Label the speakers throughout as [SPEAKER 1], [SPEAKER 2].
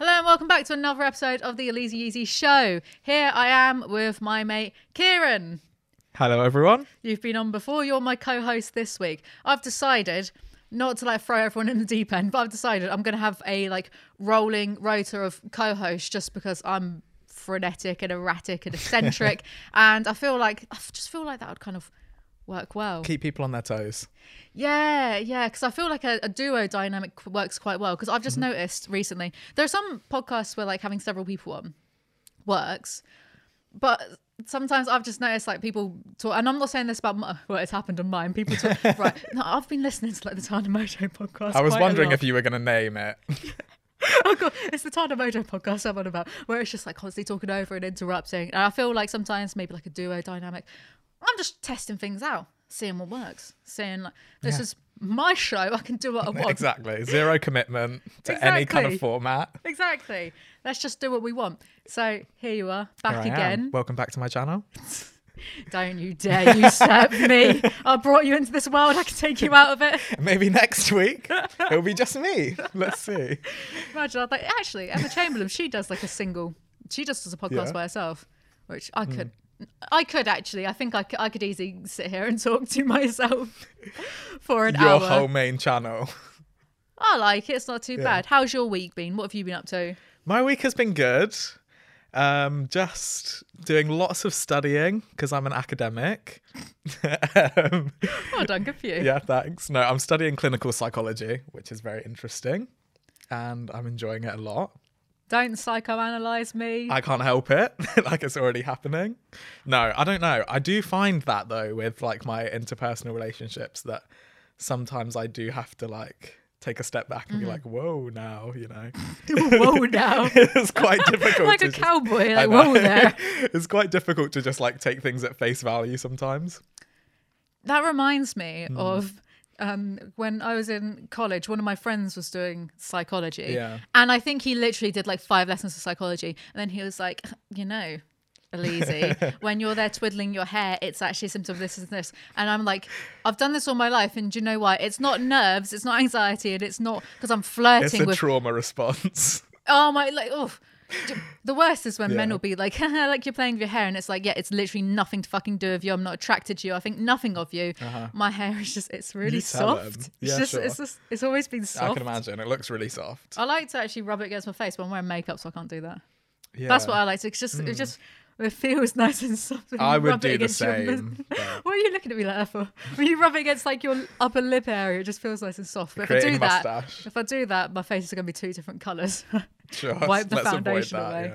[SPEAKER 1] welcome back to another episode of the Elise Yeezy Show. Here I am with my mate Kieran.
[SPEAKER 2] Hello, everyone.
[SPEAKER 1] You've been on before, you're my co host this week. I've decided not to like throw everyone in the deep end, but I've decided I'm going to have a like rolling rota of co hosts just because I'm frenetic and erratic and eccentric. and I feel like, I just feel like that would kind of work well.
[SPEAKER 2] Keep people on their toes.
[SPEAKER 1] Yeah, yeah, because I feel like a, a duo dynamic qu- works quite well. Because I've just
[SPEAKER 2] Mm-hmm.
[SPEAKER 1] noticed recently there are some podcasts where like having several people on works, but sometimes I've just noticed like people talk, and I'm not saying this about my, well, it's happened on mine. People talk, right? No, I've been listening to like the Tana Mojo podcast.
[SPEAKER 2] I was
[SPEAKER 1] quite a
[SPEAKER 2] wondering
[SPEAKER 1] lot.
[SPEAKER 2] if you were going to name it.
[SPEAKER 1] Oh god, it's the Tana Mojo podcast I'm on about, where it's just like constantly talking over and interrupting. And I feel like sometimes maybe like a duo dynamic. I'm just testing things out, seeing what works, seeing like this is my show. I can do what I want.
[SPEAKER 2] exactly. Zero commitment to any kind
[SPEAKER 1] Exactly.
[SPEAKER 2] of format.
[SPEAKER 1] Exactly. Let's just do what we want. So here you are, back
[SPEAKER 2] Here I am.
[SPEAKER 1] again.
[SPEAKER 2] Welcome back to my channel.
[SPEAKER 1] Don't you dare usurp me. I brought you into this world. I can take you out of it.
[SPEAKER 2] Maybe next week it'll be just me. Let's see.
[SPEAKER 1] Imagine I'd like actually Emma Chamberlain. She does like a single. She just does a podcast
[SPEAKER 2] Yeah. Hmm.
[SPEAKER 1] by herself, which I could. I could actually. I think I could, I could easily sit here and talk to myself for an
[SPEAKER 2] Your
[SPEAKER 1] hour.
[SPEAKER 2] whole main channel.
[SPEAKER 1] I like it. It's not too
[SPEAKER 2] Yeah.
[SPEAKER 1] bad. How's your week been? What have you been up to?
[SPEAKER 2] My week has been good. Um, just doing lots of studying because I'm an academic. um,
[SPEAKER 1] Well done, good for you.
[SPEAKER 2] yeah, thanks. No, I'm studying clinical psychology, which is very interesting, and I'm enjoying it a lot.
[SPEAKER 1] Don't psychoanalyze me.
[SPEAKER 2] I can't help it. like it's already happening. No, I don't know. I do find that though with like my interpersonal relationships that sometimes I do have to like take a step back
[SPEAKER 1] Mm-hmm.
[SPEAKER 2] and be like, whoa, now, you know.
[SPEAKER 1] Whoa now.
[SPEAKER 2] it's quite difficult.
[SPEAKER 1] like
[SPEAKER 2] to
[SPEAKER 1] a
[SPEAKER 2] just-
[SPEAKER 1] cowboy.
[SPEAKER 2] I
[SPEAKER 1] Like,
[SPEAKER 2] know.
[SPEAKER 1] whoa there.
[SPEAKER 2] it's quite difficult to just like take things at face value sometimes.
[SPEAKER 1] That reminds me
[SPEAKER 2] Hmm.
[SPEAKER 1] of um, when I was in college, one of my friends was doing psychology.
[SPEAKER 2] Yeah.
[SPEAKER 1] And I think he literally did like five lessons of psychology. And then he was like, you know, Elise, when you're there twiddling your hair, it's actually a symptom of this and this. And I'm like, I've done this all my life. And do you know why? It's not nerves, it's not anxiety, and it's not because I'm
[SPEAKER 2] It's
[SPEAKER 1] flirting
[SPEAKER 2] a
[SPEAKER 1] with
[SPEAKER 2] trauma response.
[SPEAKER 1] Oh my, like, oh. The worst is when men
[SPEAKER 2] Yeah.
[SPEAKER 1] will be like, like you're playing with your hair, and it's like, yeah, it's literally nothing to fucking do with you. I'm not attracted to you. I think nothing of you. My hair is just, it's really
[SPEAKER 2] Uh-huh. You tell them.
[SPEAKER 1] soft.
[SPEAKER 2] Yeah,
[SPEAKER 1] it's just,
[SPEAKER 2] sure.
[SPEAKER 1] it's just, it's always been
[SPEAKER 2] I
[SPEAKER 1] soft.
[SPEAKER 2] can imagine. It looks really soft.
[SPEAKER 1] I like to actually rub it against my face, but I'm wearing makeup, so I can't do that.
[SPEAKER 2] Yeah. Hmm.
[SPEAKER 1] That's what I like to. It's just, it just, it feels nice and soft. when
[SPEAKER 2] I
[SPEAKER 1] you
[SPEAKER 2] would
[SPEAKER 1] rub it
[SPEAKER 2] do the
[SPEAKER 1] against your mis-
[SPEAKER 2] same, but-
[SPEAKER 1] What are you looking at me like that for? When you rub it against like your upper lip area, it just feels nice and soft. But if I
[SPEAKER 2] Creating
[SPEAKER 1] do
[SPEAKER 2] a
[SPEAKER 1] that,
[SPEAKER 2] mustache.
[SPEAKER 1] if I do that, my face is going to be two different colours.
[SPEAKER 2] Sure.
[SPEAKER 1] Wipe the
[SPEAKER 2] Let's
[SPEAKER 1] foundation
[SPEAKER 2] avoid that.
[SPEAKER 1] away.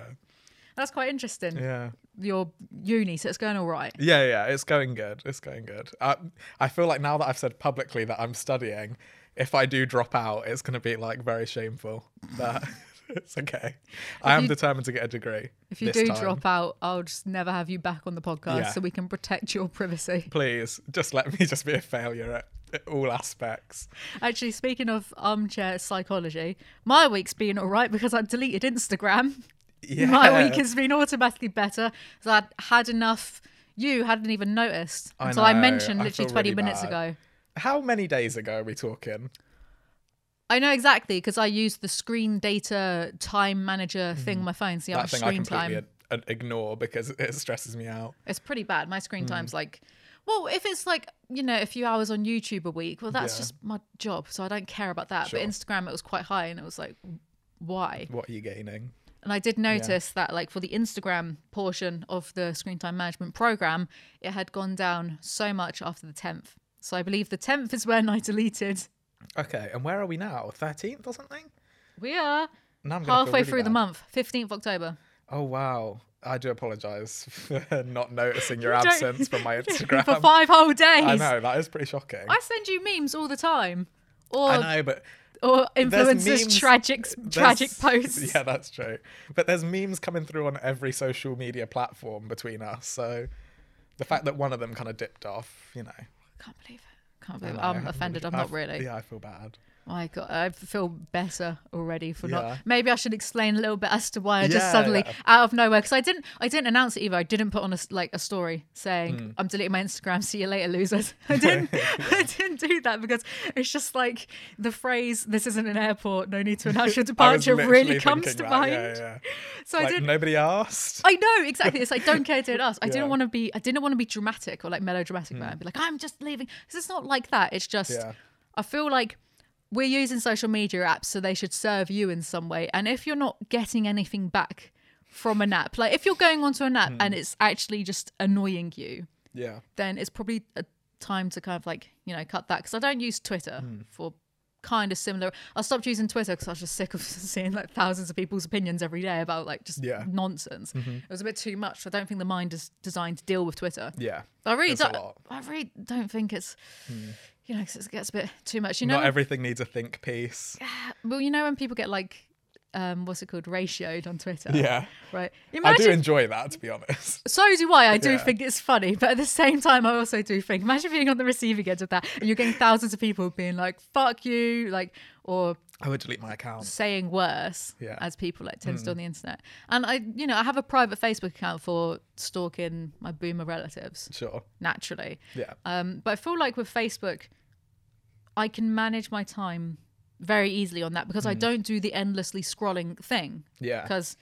[SPEAKER 1] That's quite interesting.
[SPEAKER 2] Yeah. yeah.
[SPEAKER 1] Your uni, so it's going all right.
[SPEAKER 2] Yeah, yeah, it's going good. It's going good. I, I feel like now that I've said publicly that I'm studying, if I do drop out, it's going to be like very shameful. But it's okay. I am
[SPEAKER 1] you-
[SPEAKER 2] determined to get a degree.
[SPEAKER 1] If you
[SPEAKER 2] this
[SPEAKER 1] do
[SPEAKER 2] time.
[SPEAKER 1] drop out, I'll just never have you back on the podcast
[SPEAKER 2] Yeah.
[SPEAKER 1] so we can protect your privacy.
[SPEAKER 2] please just let me just be a failure at, at all aspects.
[SPEAKER 1] Actually, speaking of armchair psychology, my week's been all right because I deleted Instagram.
[SPEAKER 2] Yeah.
[SPEAKER 1] My week has been automatically better. So I had enough. You hadn't even noticed.
[SPEAKER 2] I
[SPEAKER 1] so I
[SPEAKER 2] know,
[SPEAKER 1] mentioned
[SPEAKER 2] I
[SPEAKER 1] literally
[SPEAKER 2] feel
[SPEAKER 1] 20
[SPEAKER 2] really
[SPEAKER 1] minutes
[SPEAKER 2] bad.
[SPEAKER 1] ago.
[SPEAKER 2] How many days ago are we talking?
[SPEAKER 1] I know exactly because I used the screen data time manager thing on my phone. So yeah, my
[SPEAKER 2] Mm. that thing I
[SPEAKER 1] screen time.
[SPEAKER 2] completely i- ignore because it stresses me out.
[SPEAKER 1] It's pretty bad. My
[SPEAKER 2] Mm.
[SPEAKER 1] screen time's like, well, if it's like, you know, a few hours on YouTube a week, well, that's
[SPEAKER 2] Yeah.
[SPEAKER 1] just my job. So I don't care about that.
[SPEAKER 2] Sure. Mm-hmm.
[SPEAKER 1] But Instagram, it was quite high and it was like, why?
[SPEAKER 2] What are you gaining?
[SPEAKER 1] And I did notice that, like, for the Instagram portion of the screen time management program, it had gone down so much after the 10th. So I believe the 10th is when I deleted.
[SPEAKER 2] Okay, and where are we now? 13th or something?
[SPEAKER 1] We are
[SPEAKER 2] Now I'm gonna feel
[SPEAKER 1] halfway
[SPEAKER 2] really
[SPEAKER 1] through the
[SPEAKER 2] bad.
[SPEAKER 1] month, 15th October.
[SPEAKER 2] Oh wow. I do apologize for not noticing your
[SPEAKER 1] don't-
[SPEAKER 2] absence from my Instagram.
[SPEAKER 1] For five whole days.
[SPEAKER 2] I know, that is pretty shocking.
[SPEAKER 1] I send you memes all the time. Or
[SPEAKER 2] I know, but
[SPEAKER 1] or influencers
[SPEAKER 2] memes-
[SPEAKER 1] tragic tragic
[SPEAKER 2] there's-
[SPEAKER 1] posts.
[SPEAKER 2] Yeah, that's true. But there's memes coming through on every social media platform between us. So the fact that one of them kind of dipped off, you know.
[SPEAKER 1] Can't believe it. Can't believe
[SPEAKER 2] I
[SPEAKER 1] it.
[SPEAKER 2] know,
[SPEAKER 1] I'm offended. I'm not
[SPEAKER 2] I've-
[SPEAKER 1] really.
[SPEAKER 2] Yeah, I feel bad.
[SPEAKER 1] My God, I feel better already for
[SPEAKER 2] Yeah.
[SPEAKER 1] not. Maybe I should explain a little bit as to why I just
[SPEAKER 2] Yeah,
[SPEAKER 1] suddenly
[SPEAKER 2] yeah.
[SPEAKER 1] out of nowhere because I didn't. I didn't announce it either. I didn't put on a s- like a story saying
[SPEAKER 2] Hmm.
[SPEAKER 1] I'm deleting my Instagram. See you later, losers. I didn't. I didn't do that because it's just like the phrase "This isn't an airport. No need to announce your
[SPEAKER 2] I was
[SPEAKER 1] departure"
[SPEAKER 2] literally
[SPEAKER 1] really comes
[SPEAKER 2] thinking
[SPEAKER 1] to
[SPEAKER 2] that,
[SPEAKER 1] mind.
[SPEAKER 2] Yeah, yeah.
[SPEAKER 1] So I
[SPEAKER 2] Like
[SPEAKER 1] didn't.
[SPEAKER 2] nobody asked.
[SPEAKER 1] I know exactly. It's like don't care, don't ask. I
[SPEAKER 2] Yeah. Hmm.
[SPEAKER 1] didn't want to be. I didn't want to be dramatic or like melodramatic about it. and Be like, I'm just leaving. 'Cause it's not like that. It's just
[SPEAKER 2] Yeah.
[SPEAKER 1] I feel like we're using social media apps, so they should serve you in some way. And if you're not getting anything back from an app, like if you're going onto an app
[SPEAKER 2] Hmm.
[SPEAKER 1] and it's actually just annoying you,
[SPEAKER 2] Yeah.
[SPEAKER 1] then it's probably a time to kind of like you know cut that because I don't use Twitter
[SPEAKER 2] Hmm.
[SPEAKER 1] for kind of similar. I stopped using Twitter because I was just sick of seeing like thousands of people's opinions every day about like just
[SPEAKER 2] Yeah. Mm-hmm.
[SPEAKER 1] nonsense. It was a bit too much. I don't think the mind is designed to deal with Twitter.
[SPEAKER 2] Yeah.
[SPEAKER 1] I really
[SPEAKER 2] It's a
[SPEAKER 1] don't.
[SPEAKER 2] lot. Hmm.
[SPEAKER 1] I really don't think it's you know 'cause it gets a bit too much. You know,
[SPEAKER 2] Not everything needs a think piece.
[SPEAKER 1] well, you know when people get like. Um, what's it called? Ratioed on Twitter.
[SPEAKER 2] Yeah.
[SPEAKER 1] Right.
[SPEAKER 2] I do
[SPEAKER 1] Imagine
[SPEAKER 2] enjoy that, to be honest.
[SPEAKER 1] So do I. I do
[SPEAKER 2] Yeah.
[SPEAKER 1] think it's funny, but at the same time, I also do think. Imagine being on the receiving end of that, and you're getting thousands of people being like "fuck you," like or
[SPEAKER 2] I would delete my account.
[SPEAKER 1] saying worse,
[SPEAKER 2] Yeah. Hmm.
[SPEAKER 1] as people like tend to do on the internet. And I, you know, I have a private Facebook account for stalking my boomer relatives
[SPEAKER 2] Sure.
[SPEAKER 1] naturally,
[SPEAKER 2] Yeah.
[SPEAKER 1] um, but I feel like with Facebook, I can manage my time very easily on that
[SPEAKER 2] Hmm.
[SPEAKER 1] because I don't do the endlessly scrolling thing
[SPEAKER 2] Yeah.
[SPEAKER 1] because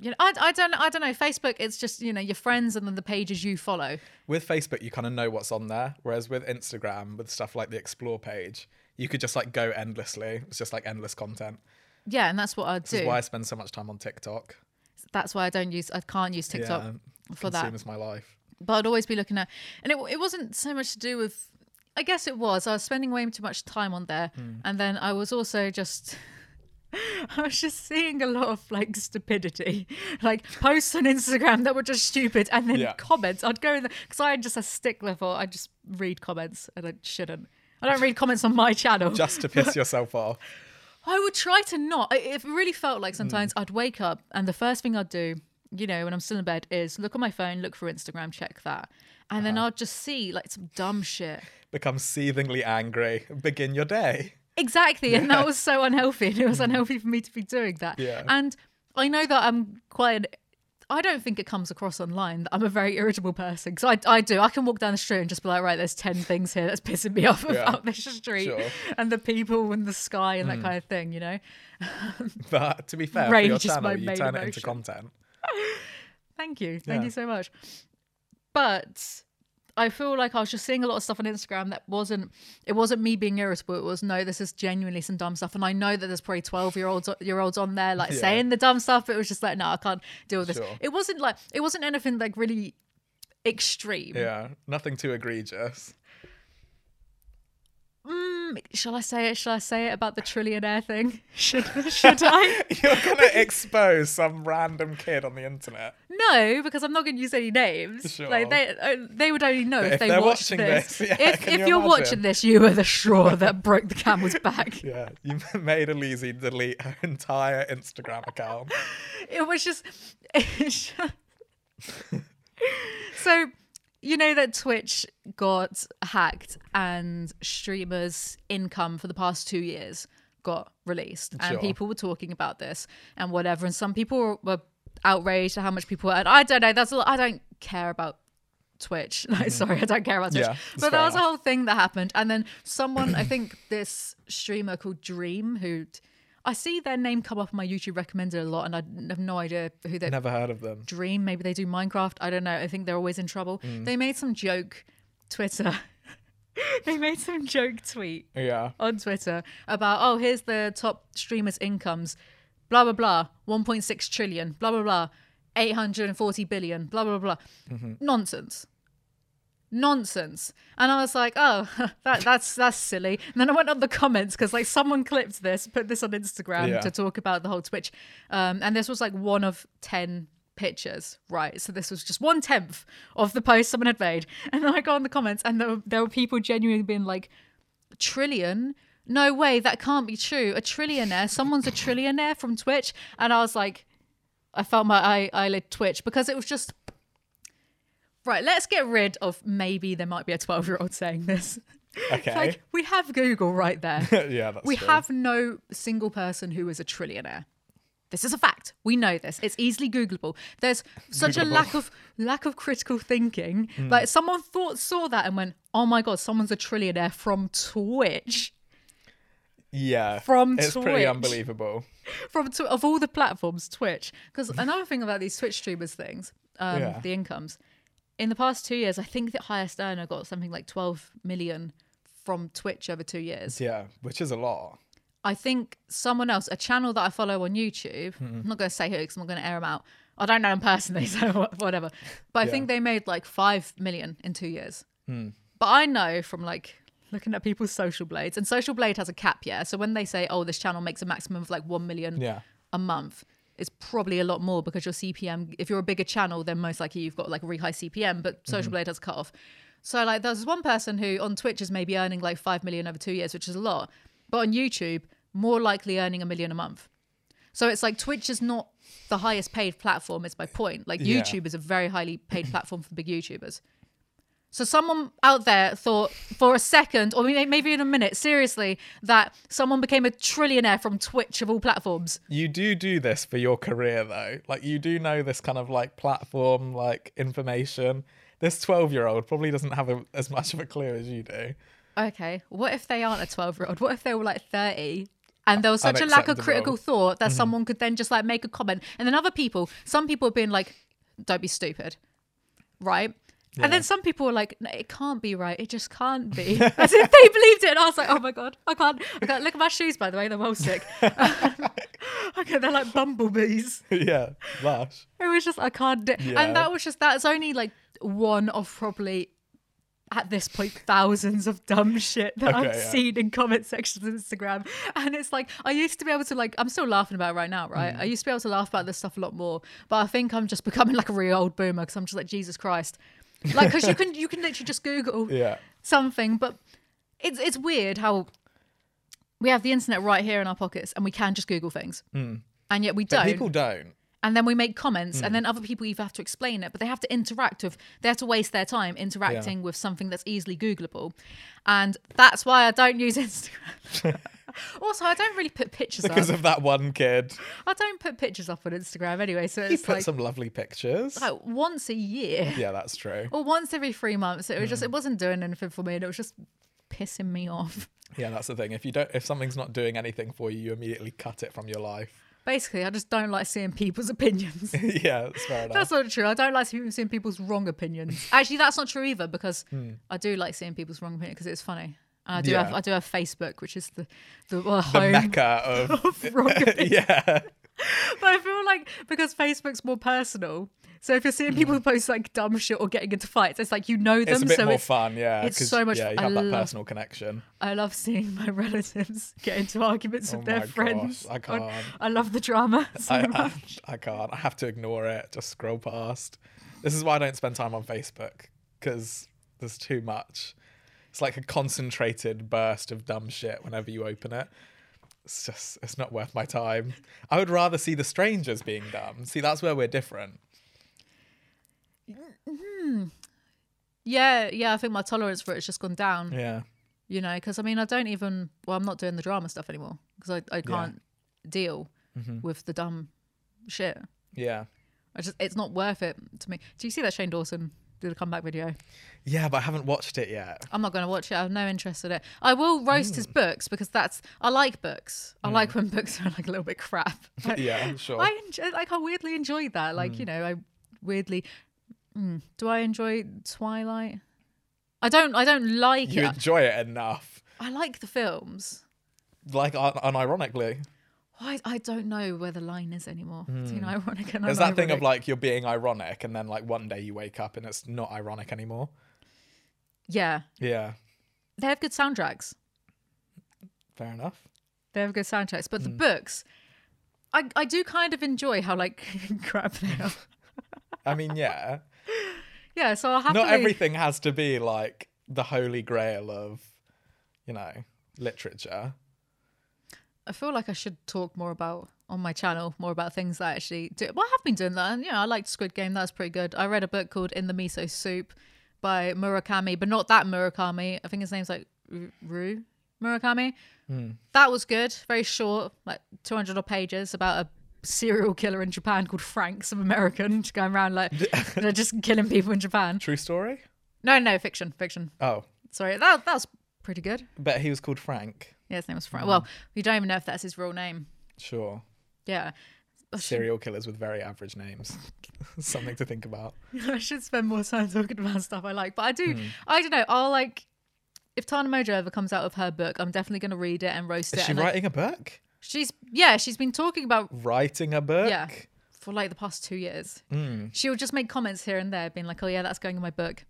[SPEAKER 1] you know I, I don't I don't know Facebook it's just you know your friends and then the pages you follow
[SPEAKER 2] With Facebook, you kind of know what's on there, whereas with Instagram, with stuff like the explore page, you could just like go endlessly. It's just like endless content.
[SPEAKER 1] yeah and that's what I
[SPEAKER 2] This
[SPEAKER 1] do
[SPEAKER 2] is why I spend so much time on TikTok.
[SPEAKER 1] that's why I don't use I can't use TikTok
[SPEAKER 2] yeah,
[SPEAKER 1] for that
[SPEAKER 2] consumes my life.
[SPEAKER 1] but I'd always be looking at and it, it wasn't so much to do with I guess it was I was spending way too much time on there and then I was also just I was just seeing a lot of like stupidity, like posts on Instagram that were just stupid, and then
[SPEAKER 2] Yeah.
[SPEAKER 1] comments. I'd go in because I am just a stickler for I just read comments and I shouldn't. I don't read comments on my channel.
[SPEAKER 2] Just to piss yourself off.
[SPEAKER 1] I would try to not. I- It really felt
[SPEAKER 2] Hmm.
[SPEAKER 1] like sometimes I'd wake up and the first thing I'd do, you know, when I'm still in bed is look at my phone, look for Instagram, check that. And
[SPEAKER 2] Uh-huh.
[SPEAKER 1] then I'd just see like some dumb shit.
[SPEAKER 2] Become seethingly angry. Begin your day.
[SPEAKER 1] Exactly. And that was so unhealthy. And it was unhealthy for me to be doing that.
[SPEAKER 2] Hmm. Yeah.
[SPEAKER 1] And I know that I'm quite an. I don't think it comes across online that I'm a very irritable person because I, I do. I can walk down the street and just be like, right, there's 10 things here that's pissing me off about this street
[SPEAKER 2] Sure. Hmm.
[SPEAKER 1] and the people and the sky and that kind of thing, you know?
[SPEAKER 2] But to be fair, for your
[SPEAKER 1] Rage is my
[SPEAKER 2] channel, you
[SPEAKER 1] main
[SPEAKER 2] turn it into
[SPEAKER 1] emotion.
[SPEAKER 2] content.
[SPEAKER 1] Thank you. Thank
[SPEAKER 2] Yeah.
[SPEAKER 1] you so much. But I feel like I was just seeing a lot of stuff on Instagram that wasn't it wasn't me being irritable. It was no, this is genuinely some dumb stuff. And I know that there's probably 12 year olds year olds on there like
[SPEAKER 2] Yeah.
[SPEAKER 1] saying the dumb stuff. It was just like, no, I can't deal with this.
[SPEAKER 2] Sure.
[SPEAKER 1] It wasn't like it wasn't anything like really extreme.
[SPEAKER 2] Yeah. Nothing too egregious.
[SPEAKER 1] Mm, Shall I say it? Shall I say it about the trillionaire thing? Should should I?
[SPEAKER 2] You're gonna expose some random kid on the internet.
[SPEAKER 1] No, because I'm not going to use any names.
[SPEAKER 2] Sure.
[SPEAKER 1] Like they, uh, they would only know if,
[SPEAKER 2] if
[SPEAKER 1] they
[SPEAKER 2] they're
[SPEAKER 1] watched
[SPEAKER 2] watching
[SPEAKER 1] this.
[SPEAKER 2] this, yeah,
[SPEAKER 1] if
[SPEAKER 2] can
[SPEAKER 1] if
[SPEAKER 2] you
[SPEAKER 1] you're
[SPEAKER 2] imagine?
[SPEAKER 1] watching this, you were the straw that broke the camel's back.
[SPEAKER 2] Yeah, you made Elise delete her entire Instagram account.
[SPEAKER 1] It was just. it's just- so, you know that Twitch got hacked and streamers' income for the past two years got released, and
[SPEAKER 2] Sure.
[SPEAKER 1] people were talking about this and whatever, and some people were outraged at how much people. And I don't know. That's a lot, I don't care about Twitch. Like, sorry, I don't care about Twitch.
[SPEAKER 2] Mm-hmm. Yeah, that's
[SPEAKER 1] but
[SPEAKER 2] fair
[SPEAKER 1] there was a
[SPEAKER 2] enough.
[SPEAKER 1] whole thing that happened, and then someone, I think this streamer called Dream, who I see their name come up on my YouTube recommended a lot, and I n- have no idea who they
[SPEAKER 2] Never heard of them.
[SPEAKER 1] Dream. Maybe they do Minecraft. I don't know. I think they're always in trouble. They made some joke Twitter. they made some joke tweet
[SPEAKER 2] Yeah.
[SPEAKER 1] on Twitter about, oh, here's the top streamers' incomes, blah, blah, blah, 1.6 trillion, blah, blah, blah, 840 billion, blah, blah, blah. Nonsense. Nonsense. And I was like, oh, that, that's that's silly. And then I went on the comments because like someone clipped this, put this on Instagram
[SPEAKER 2] Yeah.
[SPEAKER 1] to talk about the whole Twitch. Um, and this was like one of 10 pictures, right? So this was just one tenth of the post someone had made. And then I go on the comments and there were, there were people genuinely being like, trillion. No way, that can't be true. A trillionaire, someone's a trillionaire from Twitch. And I was like, I felt my eye, eyelid twitch because it was just, right, let's get rid of maybe there might be a 12 year old saying this.
[SPEAKER 2] Okay.
[SPEAKER 1] Like we have Google right there.
[SPEAKER 2] yeah, that's
[SPEAKER 1] we
[SPEAKER 2] true.
[SPEAKER 1] have no single person who is a trillionaire. This is a fact. We know this. It's easily Googleable. There's such a
[SPEAKER 2] Googleable. Hmm.
[SPEAKER 1] lack of lack of critical thinking. Like someone thought saw that and went, "Oh my god, someone's a trillionaire from Twitch."
[SPEAKER 2] yeah
[SPEAKER 1] from
[SPEAKER 2] it's pretty
[SPEAKER 1] Twitch.
[SPEAKER 2] unbelievable.
[SPEAKER 1] From tw- of all the platforms, Twitch. Because another thing about these Twitch streamers things, um,
[SPEAKER 2] Yeah.
[SPEAKER 1] the incomes. In the past two years, I think the highest earner got something like 12 million from Twitch over two years.
[SPEAKER 2] Yeah, which is a lot.
[SPEAKER 1] I think someone else, a channel that I follow on YouTube, I'm not going to say who because I'm not going to air them out. I don't know them personally, so wha- whatever. But I think they made like 5 million in two years.
[SPEAKER 2] Hmm.
[SPEAKER 1] But I know from like looking at people's social blades, and social blade has a cap, yeah. So when they say, oh, this channel makes a maximum of like 1 million
[SPEAKER 2] Yeah.
[SPEAKER 1] a month, it's probably a lot more because your CPM, if you're a bigger channel, then most likely you've got like a really high CPM, but social blade has a cut off. So like there's one person who on Twitch is maybe earning like 5 million over two years, which is a lot. But on YouTube, more likely earning a million a month. So it's like Twitch is not the highest paid platform, it's by point. Like
[SPEAKER 2] Yeah.
[SPEAKER 1] YouTube is a very highly paid platform for big YouTubers. So someone out there thought for a second, or may- maybe in a minute, seriously, that someone became a trillionaire from Twitch of all platforms.
[SPEAKER 2] You do do this for your career though. Like you do know this kind of like platform like information. This 12-year-old probably doesn't have a, as much of a clue as you do.
[SPEAKER 1] Okay, what if they aren't a 12 year old? What if they were like 30? And there was such a lack of
[SPEAKER 2] Unacceptable.
[SPEAKER 1] critical thought that someone could then just like make a comment. And then other people, some people have been like, don't be stupid, right? And then some people were like, no, it can't be right. It just can't be. As if they believed it. And I was like, oh my God, I can't. I can't. Look at my shoes, by the way, they're well sick. okay, they're like bumblebees.
[SPEAKER 2] yeah, lush.
[SPEAKER 1] It was just I can't do.
[SPEAKER 2] Yeah.
[SPEAKER 1] And that was just that's only like one of probably at this point thousands of dumb shit that I've
[SPEAKER 2] Okay, yeah.
[SPEAKER 1] seen in comment sections on Instagram. And it's like I used to be able to like I'm still laughing about it right now,
[SPEAKER 2] Mm.
[SPEAKER 1] right? I used to be able to laugh about this stuff a lot more, but I think I'm just becoming like a real old boomer because I'm just like Jesus Christ, like because you can you can literally just Google
[SPEAKER 2] Yeah.
[SPEAKER 1] something, but it's it's weird how. We have the internet right here in our pockets, and we can just Google things, and yet we
[SPEAKER 2] Hmm. But
[SPEAKER 1] don't
[SPEAKER 2] people don't.
[SPEAKER 1] and then we make comments
[SPEAKER 2] Hmm.
[SPEAKER 1] and then other people either have to explain it but they have to interact with they have to waste their time interacting with something that's easily googleable and that's why i don't use instagram also i don't really put pictures
[SPEAKER 2] Because
[SPEAKER 1] up
[SPEAKER 2] of that one kid.
[SPEAKER 1] i don't put pictures up on instagram anyway so
[SPEAKER 2] He
[SPEAKER 1] it's
[SPEAKER 2] put
[SPEAKER 1] like,
[SPEAKER 2] some lovely pictures.
[SPEAKER 1] like once a year
[SPEAKER 2] Yeah, that's true.
[SPEAKER 1] or once every three months it was
[SPEAKER 2] Hmm.
[SPEAKER 1] just it wasn't doing anything for me and it was just pissing me off
[SPEAKER 2] Yeah, that's the thing. If you don't if something's not doing anything for you, you immediately cut it from your life.
[SPEAKER 1] basically i just don't like seeing people's opinions
[SPEAKER 2] yeah, that's fair enough.
[SPEAKER 1] That's not true. I don't like seeing seeing people's wrong opinions. Actually, that's not true either because I do like seeing people's wrong opinion because it's funny. And I do
[SPEAKER 2] Hmm. Yeah.
[SPEAKER 1] have I do have Facebook, which is the the, uh,
[SPEAKER 2] the
[SPEAKER 1] home
[SPEAKER 2] mecca of
[SPEAKER 1] of wrong opinion.
[SPEAKER 2] yeah.
[SPEAKER 1] But I feel like because Facebook's more personal, so if you're seeing people post like dumb shit or getting into fights, it's like you know them.
[SPEAKER 2] Hmm. It's a bit
[SPEAKER 1] so
[SPEAKER 2] more
[SPEAKER 1] it's,
[SPEAKER 2] fun, yeah.
[SPEAKER 1] it's
[SPEAKER 2] 'cause,
[SPEAKER 1] so much
[SPEAKER 2] Yeah, you
[SPEAKER 1] fun.
[SPEAKER 2] have
[SPEAKER 1] I
[SPEAKER 2] that
[SPEAKER 1] love-
[SPEAKER 2] personal connection.
[SPEAKER 1] I love seeing my relatives get into arguments
[SPEAKER 2] Oh
[SPEAKER 1] with their
[SPEAKER 2] my gosh,
[SPEAKER 1] friends.
[SPEAKER 2] I
[SPEAKER 1] on-
[SPEAKER 2] can't.
[SPEAKER 1] I love the drama. So
[SPEAKER 2] I,
[SPEAKER 1] much.
[SPEAKER 2] I, I can't. I have to ignore it. Just scroll past. This is why I don't spend time on Facebook because there's too much. It's like a concentrated burst of dumb shit whenever you open it. It's just, it's not worth my time. I would rather see the strangers being dumb. See, that's where we're different.
[SPEAKER 1] yeah, yeah. I think my tolerance for it has just gone down.
[SPEAKER 2] Yeah.
[SPEAKER 1] you know because i mean i don't even well i'm not doing the drama stuff anymore because I, I can't deal
[SPEAKER 2] Mm-hmm.
[SPEAKER 1] with the dumb shit
[SPEAKER 2] Yeah.
[SPEAKER 1] i just it's not worth it to me do you see that shane dawson did a comeback video
[SPEAKER 2] Yeah, but I haven't watched it yet.
[SPEAKER 1] i'm not going to watch it i have no interest in it i will roast his
[SPEAKER 2] Mm.
[SPEAKER 1] books because that's i like books i like when books are like a little bit crap
[SPEAKER 2] Yeah, Mm. sure. Mm.
[SPEAKER 1] i enjoy, like i weirdly enjoyed that like you know i weirdly Mm. do i enjoy twilight i don't i don't like
[SPEAKER 2] you
[SPEAKER 1] it
[SPEAKER 2] enjoy it enough.
[SPEAKER 1] i like the films
[SPEAKER 2] Like, un- unironically.
[SPEAKER 1] I, I don't know where the line is anymore. Between ironic and
[SPEAKER 2] Hmm. There's that thing of
[SPEAKER 1] unironic.
[SPEAKER 2] like you're being ironic, and then like one day you wake up and it's not ironic anymore.
[SPEAKER 1] yeah,
[SPEAKER 2] Yeah,
[SPEAKER 1] they have good soundtracks.
[SPEAKER 2] fair enough.
[SPEAKER 1] They have good soundtracks, but the
[SPEAKER 2] Hmm.
[SPEAKER 1] books, I I do kind of enjoy how like crap they are.
[SPEAKER 2] I mean, yeah,
[SPEAKER 1] Yeah, so I'll happily.
[SPEAKER 2] not everything has to be like the holy grail of, you know, literature.
[SPEAKER 1] I feel like I should talk more about on my channel more about things that I actually do. Well, I have been doing that, and yeah, I liked Squid Game. That's pretty good. I read a book called In the Miso Soup by Murakami, but not that Murakami. I think his name's like Ru- Ru Murakami. That was good. Very short, like 200 odd pages about a serial killer in Japan called Frank, some American, just going around like you know, just killing people in Japan.
[SPEAKER 2] True story?
[SPEAKER 1] No, no, fiction, fiction.
[SPEAKER 2] Oh,
[SPEAKER 1] Sorry, that that was pretty good.
[SPEAKER 2] bet he was called Frank.
[SPEAKER 1] Yeah, his name was Frank. Well, we don't even know if that's his real name.
[SPEAKER 2] Sure.
[SPEAKER 1] Yeah. I should-
[SPEAKER 2] Serial killers with very average names. Something to think about.
[SPEAKER 1] I should spend more time talking about stuff I like, but I do.
[SPEAKER 2] Hmm.
[SPEAKER 1] I don't know. I'll like if Tana Mojo ever comes out of her book, I'm definitely gonna read it and roast
[SPEAKER 2] Is
[SPEAKER 1] it.
[SPEAKER 2] she
[SPEAKER 1] and, like,
[SPEAKER 2] writing a book?
[SPEAKER 1] she's yeah, she's been talking about
[SPEAKER 2] Writing a book?
[SPEAKER 1] yeah for like the past two years.
[SPEAKER 2] Hmm.
[SPEAKER 1] She'll just make comments here and there, being like, "Oh yeah, that's going in my book."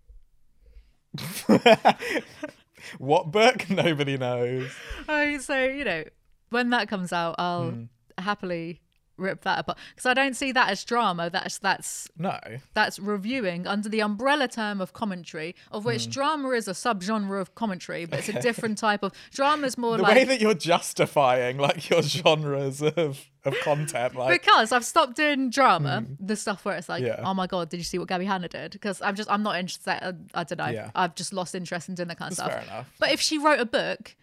[SPEAKER 2] What book? Nobody knows.
[SPEAKER 1] Oh, so you know when that comes out, I'll
[SPEAKER 2] Hmm.
[SPEAKER 1] happily rip that apart because I don't see that as drama. That's that's
[SPEAKER 2] No.
[SPEAKER 1] that's reviewing under the umbrella term of commentary, of
[SPEAKER 2] Hmm.
[SPEAKER 1] which drama is a subgenre of commentary, but it's a different type of drama. Is more
[SPEAKER 2] The
[SPEAKER 1] like
[SPEAKER 2] way that you're justifying like your genres of, of content, like Hmm.
[SPEAKER 1] because I've stopped doing drama, the stuff where it's like,
[SPEAKER 2] Yeah.
[SPEAKER 1] oh my god, did you see what Gabby Hanna did? Because I'm just, I'm not interested. I, I don't know.
[SPEAKER 2] Yeah.
[SPEAKER 1] I've just lost interest in doing that kind of
[SPEAKER 2] That's
[SPEAKER 1] stuff.
[SPEAKER 2] fair enough.
[SPEAKER 1] But if she wrote a book,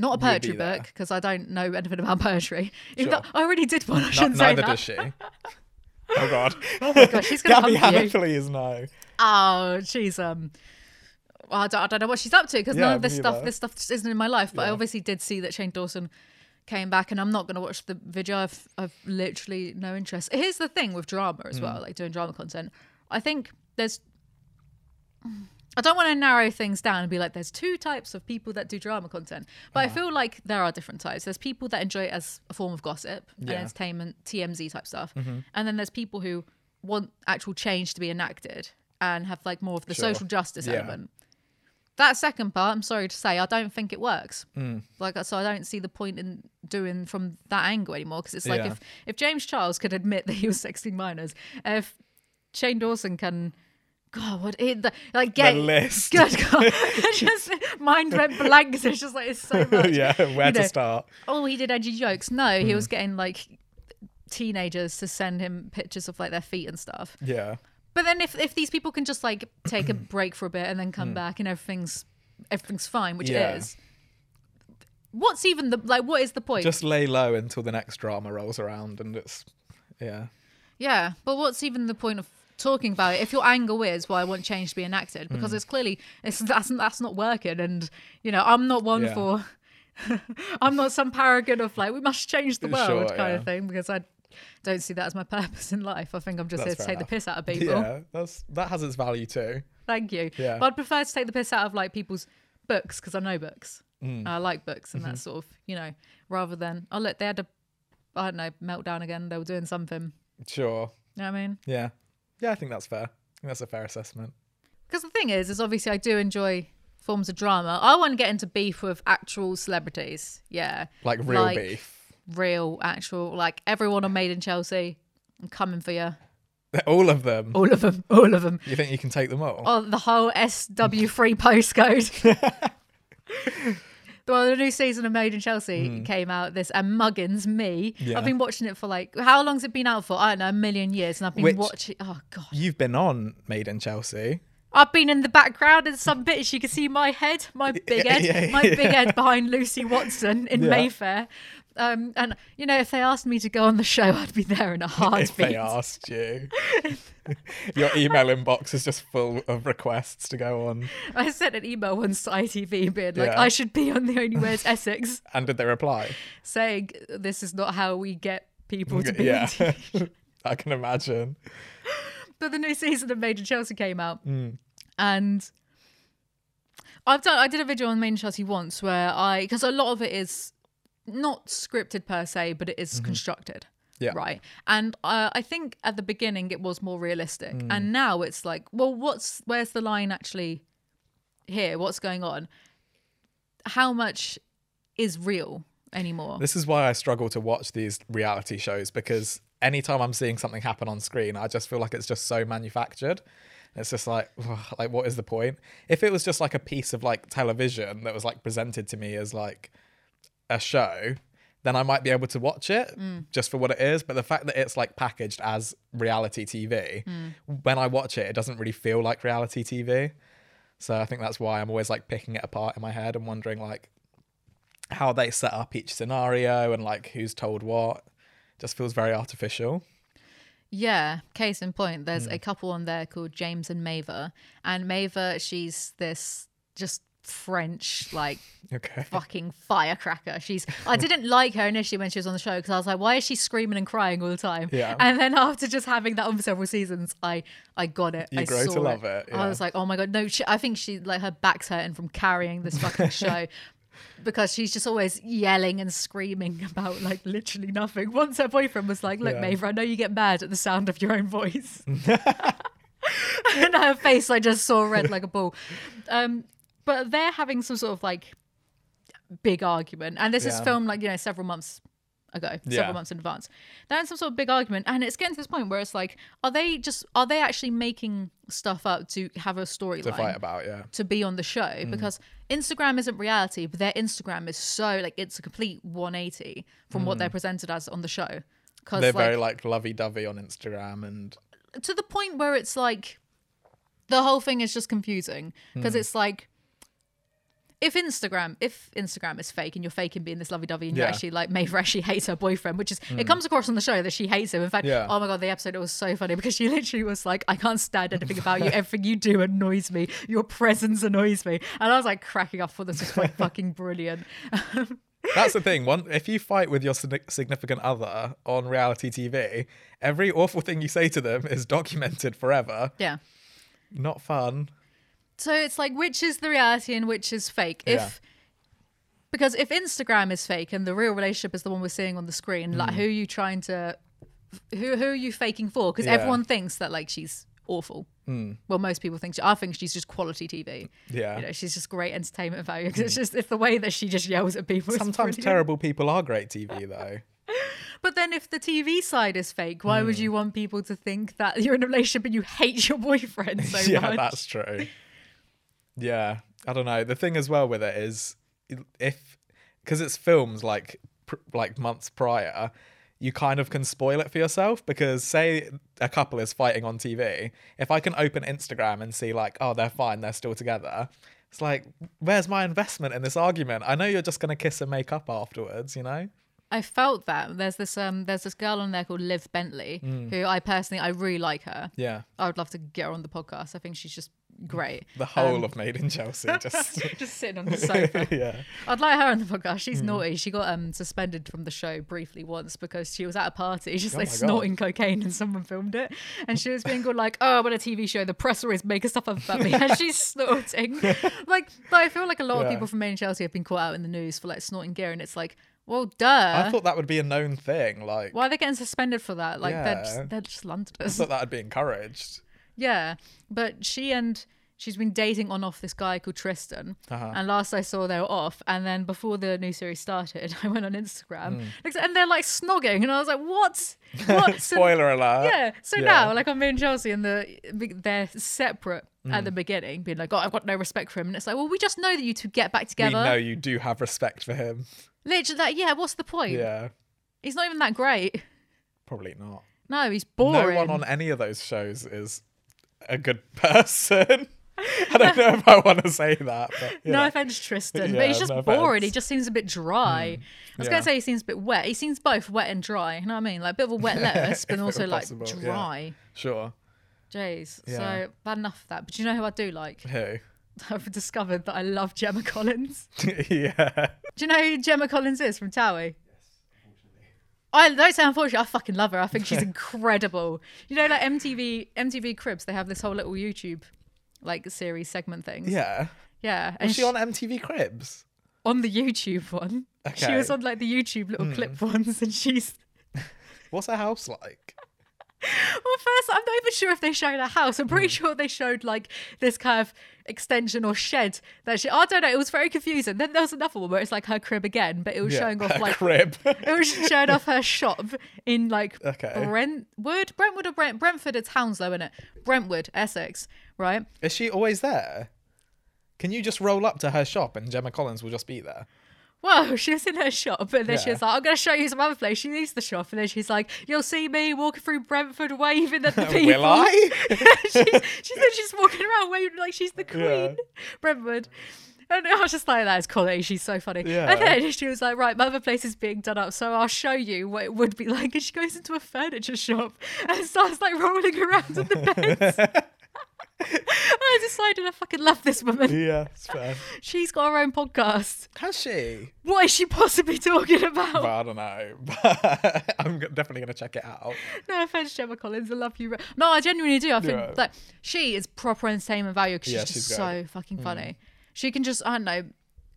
[SPEAKER 1] not a
[SPEAKER 2] You'd
[SPEAKER 1] poetry
[SPEAKER 2] be there.
[SPEAKER 1] book, because I don't know anything about poetry. Even
[SPEAKER 2] Sure.
[SPEAKER 1] though I already did one. I
[SPEAKER 2] N-
[SPEAKER 1] shouldn't say
[SPEAKER 2] neither
[SPEAKER 1] that.
[SPEAKER 2] does she. Oh god.
[SPEAKER 1] God, she's gonna
[SPEAKER 2] Gabby
[SPEAKER 1] hump
[SPEAKER 2] Hanna,
[SPEAKER 1] you.
[SPEAKER 2] please no.
[SPEAKER 1] Oh, she's um. well, I don't, I don't know what she's up to because
[SPEAKER 2] Yeah,
[SPEAKER 1] none of
[SPEAKER 2] me
[SPEAKER 1] this stuff,
[SPEAKER 2] neither.
[SPEAKER 1] this stuff just isn't in my life. But I
[SPEAKER 2] Yeah.
[SPEAKER 1] obviously did see that Shane Dawson came back, and I'm not going to watch the video. I've, I've literally no interest. Here's the thing with drama
[SPEAKER 2] Mm.
[SPEAKER 1] as well, like doing drama content. I think there's. I don't want to narrow things down and be like, there's two types of people that do drama content. But
[SPEAKER 2] Uh-huh.
[SPEAKER 1] I feel like there are different types. There's people that enjoy it as a form of gossip and
[SPEAKER 2] Yeah. Mm-hmm.
[SPEAKER 1] entertainment, TMZ type stuff. And then there's people who want actual change to be enacted and have like more of the
[SPEAKER 2] Sure.
[SPEAKER 1] social justice
[SPEAKER 2] Yeah.
[SPEAKER 1] element. That second part, I'm sorry to say, I don't think it works.
[SPEAKER 2] Mm.
[SPEAKER 1] Like, so I don't see the point in doing from that angle anymore. Because it's like
[SPEAKER 2] Yeah.
[SPEAKER 1] if if James Charles could admit that he was sexting minors, if Shane Dawson can, God, what it the, like
[SPEAKER 2] The
[SPEAKER 1] get
[SPEAKER 2] list.
[SPEAKER 1] good God, It just mind went blank. 'cause It's just like it's so much.
[SPEAKER 2] yeah, Mm. where
[SPEAKER 1] Oh, You
[SPEAKER 2] to
[SPEAKER 1] know.
[SPEAKER 2] start?
[SPEAKER 1] Oh, he did edgy jokes. No, he was getting like teenagers to send him pictures of like their feet and stuff.
[SPEAKER 2] Yeah.
[SPEAKER 1] But then if, if these people can just like take a break for a bit and then come back and everything's everything's fine, which
[SPEAKER 2] Mm. Yeah.
[SPEAKER 1] it is. What's even the like what is the point?
[SPEAKER 2] Just lay low until the next drama rolls around and it's yeah.
[SPEAKER 1] yeah. But what's even the point of talking about it if your angle is well I want change to be enacted
[SPEAKER 2] Mm.
[SPEAKER 1] because it's clearly it's that's that's not working and you know, I'm not one
[SPEAKER 2] Yeah.
[SPEAKER 1] for I'm not some paragon of like we must change the world
[SPEAKER 2] Sure,
[SPEAKER 1] kind
[SPEAKER 2] yeah.
[SPEAKER 1] of thing because I don't see that as my purpose in life. I think I'm just
[SPEAKER 2] That's
[SPEAKER 1] here to
[SPEAKER 2] fair
[SPEAKER 1] take the piss out of people.
[SPEAKER 2] Yeah. That's that has its value too.
[SPEAKER 1] Thank you.
[SPEAKER 2] Yeah.
[SPEAKER 1] But I'd prefer to take the piss out of like people's books because I know books.
[SPEAKER 2] Mm.
[SPEAKER 1] I like books
[SPEAKER 2] Mm-hmm.
[SPEAKER 1] and that sort of, you know, rather than, oh, look, they had a, I don't know, meltdown again. They were doing something.
[SPEAKER 2] Sure.
[SPEAKER 1] You know what I mean?
[SPEAKER 2] Yeah. Yeah, I think that's fair. I think that's a fair assessment.
[SPEAKER 1] Because the thing is, is obviously I do enjoy forms of drama. I want to get into beef with actual celebrities. Yeah.
[SPEAKER 2] Like real
[SPEAKER 1] Like-
[SPEAKER 2] beef.
[SPEAKER 1] Real, actual, like everyone on Made in Chelsea. I'm coming for you.
[SPEAKER 2] All of them.
[SPEAKER 1] All of them. All of them.
[SPEAKER 2] You think you can take them all?
[SPEAKER 1] Oh, the whole SW3 postcode. well, the new season of Made in Chelsea came out this, and Muggins, me.
[SPEAKER 2] Mm-hmm. Yeah.
[SPEAKER 1] I've been watching it for like, how long's it been out for? I don't know, a million years. And I've been
[SPEAKER 2] Which-
[SPEAKER 1] watching, oh, God.
[SPEAKER 2] You've been on Made in Chelsea.
[SPEAKER 1] I've been in the background in some bits. You can see my head, my big
[SPEAKER 2] yeah,
[SPEAKER 1] head,
[SPEAKER 2] yeah,
[SPEAKER 1] my
[SPEAKER 2] yeah.
[SPEAKER 1] big head behind Lucy Watson in
[SPEAKER 2] Yeah.
[SPEAKER 1] Mayfair. Um, and, you know, if they asked me to go on the show, I'd be there in a heartbeat.
[SPEAKER 2] If they asked you. Your email inbox is just full of requests to go on.
[SPEAKER 1] I sent an email once to ITV being like,
[SPEAKER 2] Yeah.
[SPEAKER 1] I should be on The Only Wears Essex.
[SPEAKER 2] And did they reply?
[SPEAKER 1] saying this is not how we get people to be.
[SPEAKER 2] Yeah. I can imagine.
[SPEAKER 1] but the new season of Major Chelsea came out, and I've done. I did a video on Major Chelsea once where I because a lot of it is not scripted per se, but it is constructed.
[SPEAKER 2] Yeah.
[SPEAKER 1] Right. And uh, I think at the beginning it was more realistic, and now it's like, well, what's where's the line actually here? What's going on? How much is real anymore?
[SPEAKER 2] This is why I struggle to watch these reality shows because anytime I'm seeing something happen on screen, I just feel like it's just so manufactured. It's just like, ugh, like what is the point? If it was just like a piece of like television that was like presented to me as like a show, then I might be able to watch it just for what it is. But the fact that it's like packaged as reality TV, when I watch it, it doesn't really feel like reality TV. So I think that's why I'm always like picking it apart in my head and wondering like how they set up each scenario and like who's told what. Just feels very artificial.
[SPEAKER 1] Yeah, case in point, there's a couple on there called James and Mava. And Mava, she's this just French, like
[SPEAKER 2] Okay.
[SPEAKER 1] fucking firecracker. She's I didn't like her initially when she was on the show because I was like, why is she screaming and crying all the time?
[SPEAKER 2] Yeah.
[SPEAKER 1] And then after just having that on for several seasons, I I got it.
[SPEAKER 2] You
[SPEAKER 1] I
[SPEAKER 2] grow to
[SPEAKER 1] saw
[SPEAKER 2] love it, yeah.
[SPEAKER 1] I was like, oh my god, no, she, I think she like her back's hurting from carrying this fucking show. Because she's just always yelling and screaming about like literally nothing. Once her boyfriend was like, "Look,
[SPEAKER 2] Yeah.
[SPEAKER 1] Maver, I know you get mad at the sound of your own voice," and her face I just saw red like a ball. Um, but they're having some sort of like big argument, and this is
[SPEAKER 2] Yeah.
[SPEAKER 1] filmed like you know several months ago, several
[SPEAKER 2] Yeah.
[SPEAKER 1] months in advance. They're in some sort of big argument, and it's getting to this point where it's like, are they just are they actually making stuff up to have a
[SPEAKER 2] To fight Mm.
[SPEAKER 1] storyline
[SPEAKER 2] about, yeah.
[SPEAKER 1] to be on the show? Because Instagram isn't reality, but their Instagram is so like it's a complete 180 from what they're presented as on the show. Because
[SPEAKER 2] Mm. They're
[SPEAKER 1] like,
[SPEAKER 2] very like lovey dovey on Instagram and
[SPEAKER 1] to the point where it's like the whole thing is just confusing
[SPEAKER 2] Hmm.
[SPEAKER 1] because it's like if Instagram if Instagram is fake and you're faking being this lovey-dovey and you
[SPEAKER 2] Yeah. Hmm.
[SPEAKER 1] actually like Maeve actually hates her boyfriend which is it comes across on the show that she hates him in fact
[SPEAKER 2] Yeah.
[SPEAKER 1] oh my god the episode it was so funny because she literally was like I can't stand anything about you everything you do annoys me your presence annoys me and I was like cracking up for this was like fucking brilliant
[SPEAKER 2] That's the thing. One, if you fight with your signi- significant other on reality TV, every awful thing you say to them is documented forever.
[SPEAKER 1] yeah
[SPEAKER 2] Not fun.
[SPEAKER 1] So it's like which is the reality and which is fake.
[SPEAKER 2] Yeah.
[SPEAKER 1] If because if Instagram is fake and the real relationship is the one we're seeing on the screen,
[SPEAKER 2] Mm.
[SPEAKER 1] like who are you trying to who who are you faking for? Because
[SPEAKER 2] Yeah. Mm.
[SPEAKER 1] everyone thinks that like she's awful. Well, most people think she, I think she's just quality TV.
[SPEAKER 2] Yeah. Mm.
[SPEAKER 1] You know, she's just great entertainment value because it's just it's the way that she just yells at people. is
[SPEAKER 2] Sometimes
[SPEAKER 1] brilliant.
[SPEAKER 2] terrible people are great TV though.
[SPEAKER 1] But then if the TV side is fake, why
[SPEAKER 2] Mm.
[SPEAKER 1] would you want people to think that you're in a relationship and you hate your boyfriend so
[SPEAKER 2] yeah,
[SPEAKER 1] much?
[SPEAKER 2] that's true. Yeah, I don't know. The thing as well with it is if because it's filmed like pr- like months prior, you kind of can spoil it for yourself because say a couple is fighting on TV, if I can open Instagram and see like oh they're fine, they're still together. It's like, where's my investment in this argument? I know you're just gonna kiss and make up afterwards, you know?
[SPEAKER 1] I felt that there's this um there's this girl on there called Liv Bentley
[SPEAKER 2] Mm.
[SPEAKER 1] who I personally I really like her.
[SPEAKER 2] Yeah.
[SPEAKER 1] I would love to get her on the podcast. I think she's just great.
[SPEAKER 2] The whole
[SPEAKER 1] Um,
[SPEAKER 2] of Made in Chelsea just
[SPEAKER 1] just sitting on the sofa.
[SPEAKER 2] Yeah.
[SPEAKER 1] I'd like her on the podcast.
[SPEAKER 2] Mm.
[SPEAKER 1] She's naughty. She got um suspended from the show briefly once because she was at a party, just like
[SPEAKER 2] Oh my God.
[SPEAKER 1] snorting cocaine, and someone filmed it. And she was being called like, "Oh, what a TV show! The press always make us stuff about me." and she's snorting. like, but I feel like a lot of
[SPEAKER 2] Yeah.
[SPEAKER 1] people from Maine and Chelsea have been caught out in the news for like snorting gear, and it's like, well, duh.
[SPEAKER 2] I thought that would be a known thing. Like
[SPEAKER 1] Why are they getting suspended for that? Like they're
[SPEAKER 2] Yeah.
[SPEAKER 1] just, they're just
[SPEAKER 2] I
[SPEAKER 1] Londoners.
[SPEAKER 2] thought that'd be encouraged.
[SPEAKER 1] yeah, but she and she's been dating on off this guy called Tristan.
[SPEAKER 2] Uh-huh.
[SPEAKER 1] And last I saw, they were off. And then before the new series started, I went on
[SPEAKER 2] Hmm.
[SPEAKER 1] Instagram Looks- and they're like snogging, and I was like, what? What? So-
[SPEAKER 2] Spoiler alert.
[SPEAKER 1] yeah. So
[SPEAKER 2] Yeah.
[SPEAKER 1] now, like, I'm me and Chelsea, and the they're separate
[SPEAKER 2] Hmm.
[SPEAKER 1] at the beginning, being like, "Oh, I've got no respect for him," and it's like, well, we just know that you two get back
[SPEAKER 2] we
[SPEAKER 1] together.
[SPEAKER 2] know you do have respect for him.
[SPEAKER 1] Literally, that yeah. What's the point?
[SPEAKER 2] Yeah,
[SPEAKER 1] He's not even that great.
[SPEAKER 2] probably not.
[SPEAKER 1] No, he's boring.
[SPEAKER 2] No one on any of those shows is a good person. I don't know if I want to say that. But, you
[SPEAKER 1] No
[SPEAKER 2] know.
[SPEAKER 1] offense, Tristan, but
[SPEAKER 2] Yeah,
[SPEAKER 1] he's just
[SPEAKER 2] no
[SPEAKER 1] boring.
[SPEAKER 2] offense. Hmm.
[SPEAKER 1] He just seems a bit dry. I was going
[SPEAKER 2] yeah.
[SPEAKER 1] to say he seems a bit wet. He seems both wet and dry. You know what I mean? Like a bit of a wet lettuce, but
[SPEAKER 2] If it
[SPEAKER 1] also
[SPEAKER 2] were
[SPEAKER 1] like
[SPEAKER 2] possible, yeah.
[SPEAKER 1] dry.
[SPEAKER 2] sure.
[SPEAKER 1] Jays.
[SPEAKER 2] Yeah.
[SPEAKER 1] So bad enough of that. But you know who I do like?
[SPEAKER 2] Who?
[SPEAKER 1] I've discovered that I love Gemma Collins.
[SPEAKER 2] yeah.
[SPEAKER 1] Do you know who Gemma Collins is from Towie? I don't say unfortunately. I fucking love her. I think she's incredible. You know, like MTV, MTV Cribs. They have this whole little YouTube, like series segment things.
[SPEAKER 2] Yeah.
[SPEAKER 1] yeah. And
[SPEAKER 2] Is she on MTV Cribs?
[SPEAKER 1] on the YouTube one. She
[SPEAKER 2] Okay. Hmm.
[SPEAKER 1] was on like the YouTube little clip ones, and she's.
[SPEAKER 2] What's her house like?
[SPEAKER 1] Well, "Oh, first, I'm not even sure if they showed her house. I'm pretty
[SPEAKER 2] Hmm.
[SPEAKER 1] sure they showed like this kind of extension or shed that she. I don't know. It was very confusing. Then there was another one where it's like her crib again, but it was
[SPEAKER 2] Yeah,
[SPEAKER 1] showing off
[SPEAKER 2] her
[SPEAKER 1] like.
[SPEAKER 2] crib.
[SPEAKER 1] It was showing off her shop in like
[SPEAKER 2] Okay.
[SPEAKER 1] Brentwood, Brentwood or Brent Brentford. It's Hounslow, is it? Brentwood, Essex, right?
[SPEAKER 2] is she always there? Can you just roll up to her shop and Gemma Collins will just be there?
[SPEAKER 1] whoa, she was in her shop. And then she
[SPEAKER 2] Yeah.
[SPEAKER 1] was like, I'm going to show you some other place. She leaves the shop. And then she's like, you'll see me walking through Brentford waving at the people.
[SPEAKER 2] Will I?
[SPEAKER 1] she's, she said she's walking around waving like she's the queen.
[SPEAKER 2] Yeah.
[SPEAKER 1] Brentwood. And I was just like, that is quality. She's so funny.
[SPEAKER 2] Yeah.
[SPEAKER 1] And then she was like, right, my other place is being done up, so I'll show you what it would be like. And she goes into a furniture shop and starts like rolling around on the beds. I decided I fucking love this woman.
[SPEAKER 2] yeah, it's fair.
[SPEAKER 1] She's got her own podcast.
[SPEAKER 2] Has she?
[SPEAKER 1] What is she possibly talking about?
[SPEAKER 2] But I don't know. But I'm g- definitely gonna check it out.
[SPEAKER 1] No offense, Gemma Collins. I love you. No, I genuinely do. I think
[SPEAKER 2] Yeah.
[SPEAKER 1] like she is proper entertainment value because
[SPEAKER 2] Yeah,
[SPEAKER 1] she's just
[SPEAKER 2] she's Mm.
[SPEAKER 1] so fucking funny. She can just I don't know,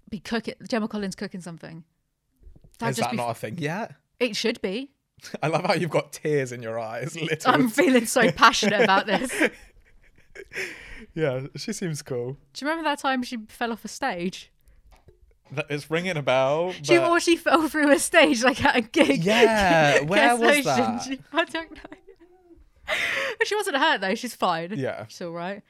[SPEAKER 1] be cooking. Gemma Collins cooking something. That'd
[SPEAKER 2] Is that
[SPEAKER 1] be.
[SPEAKER 2] not a thing yet?
[SPEAKER 1] it should be.
[SPEAKER 2] I love how you've got tears in your eyes. Little.
[SPEAKER 1] I'm feeling so passionate about this. Do
[SPEAKER 2] yeah, she seems cool.
[SPEAKER 1] you remember that time she fell off a stage?
[SPEAKER 2] That- It's ringing a bell.
[SPEAKER 1] She
[SPEAKER 2] but-
[SPEAKER 1] or she fell through a stage like at a gig.
[SPEAKER 2] Yeah,
[SPEAKER 1] Guess
[SPEAKER 2] where was
[SPEAKER 1] who
[SPEAKER 2] that?
[SPEAKER 1] she- I don't know. she wasn't hurt though. She's fine.
[SPEAKER 2] Yeah,
[SPEAKER 1] She's all right.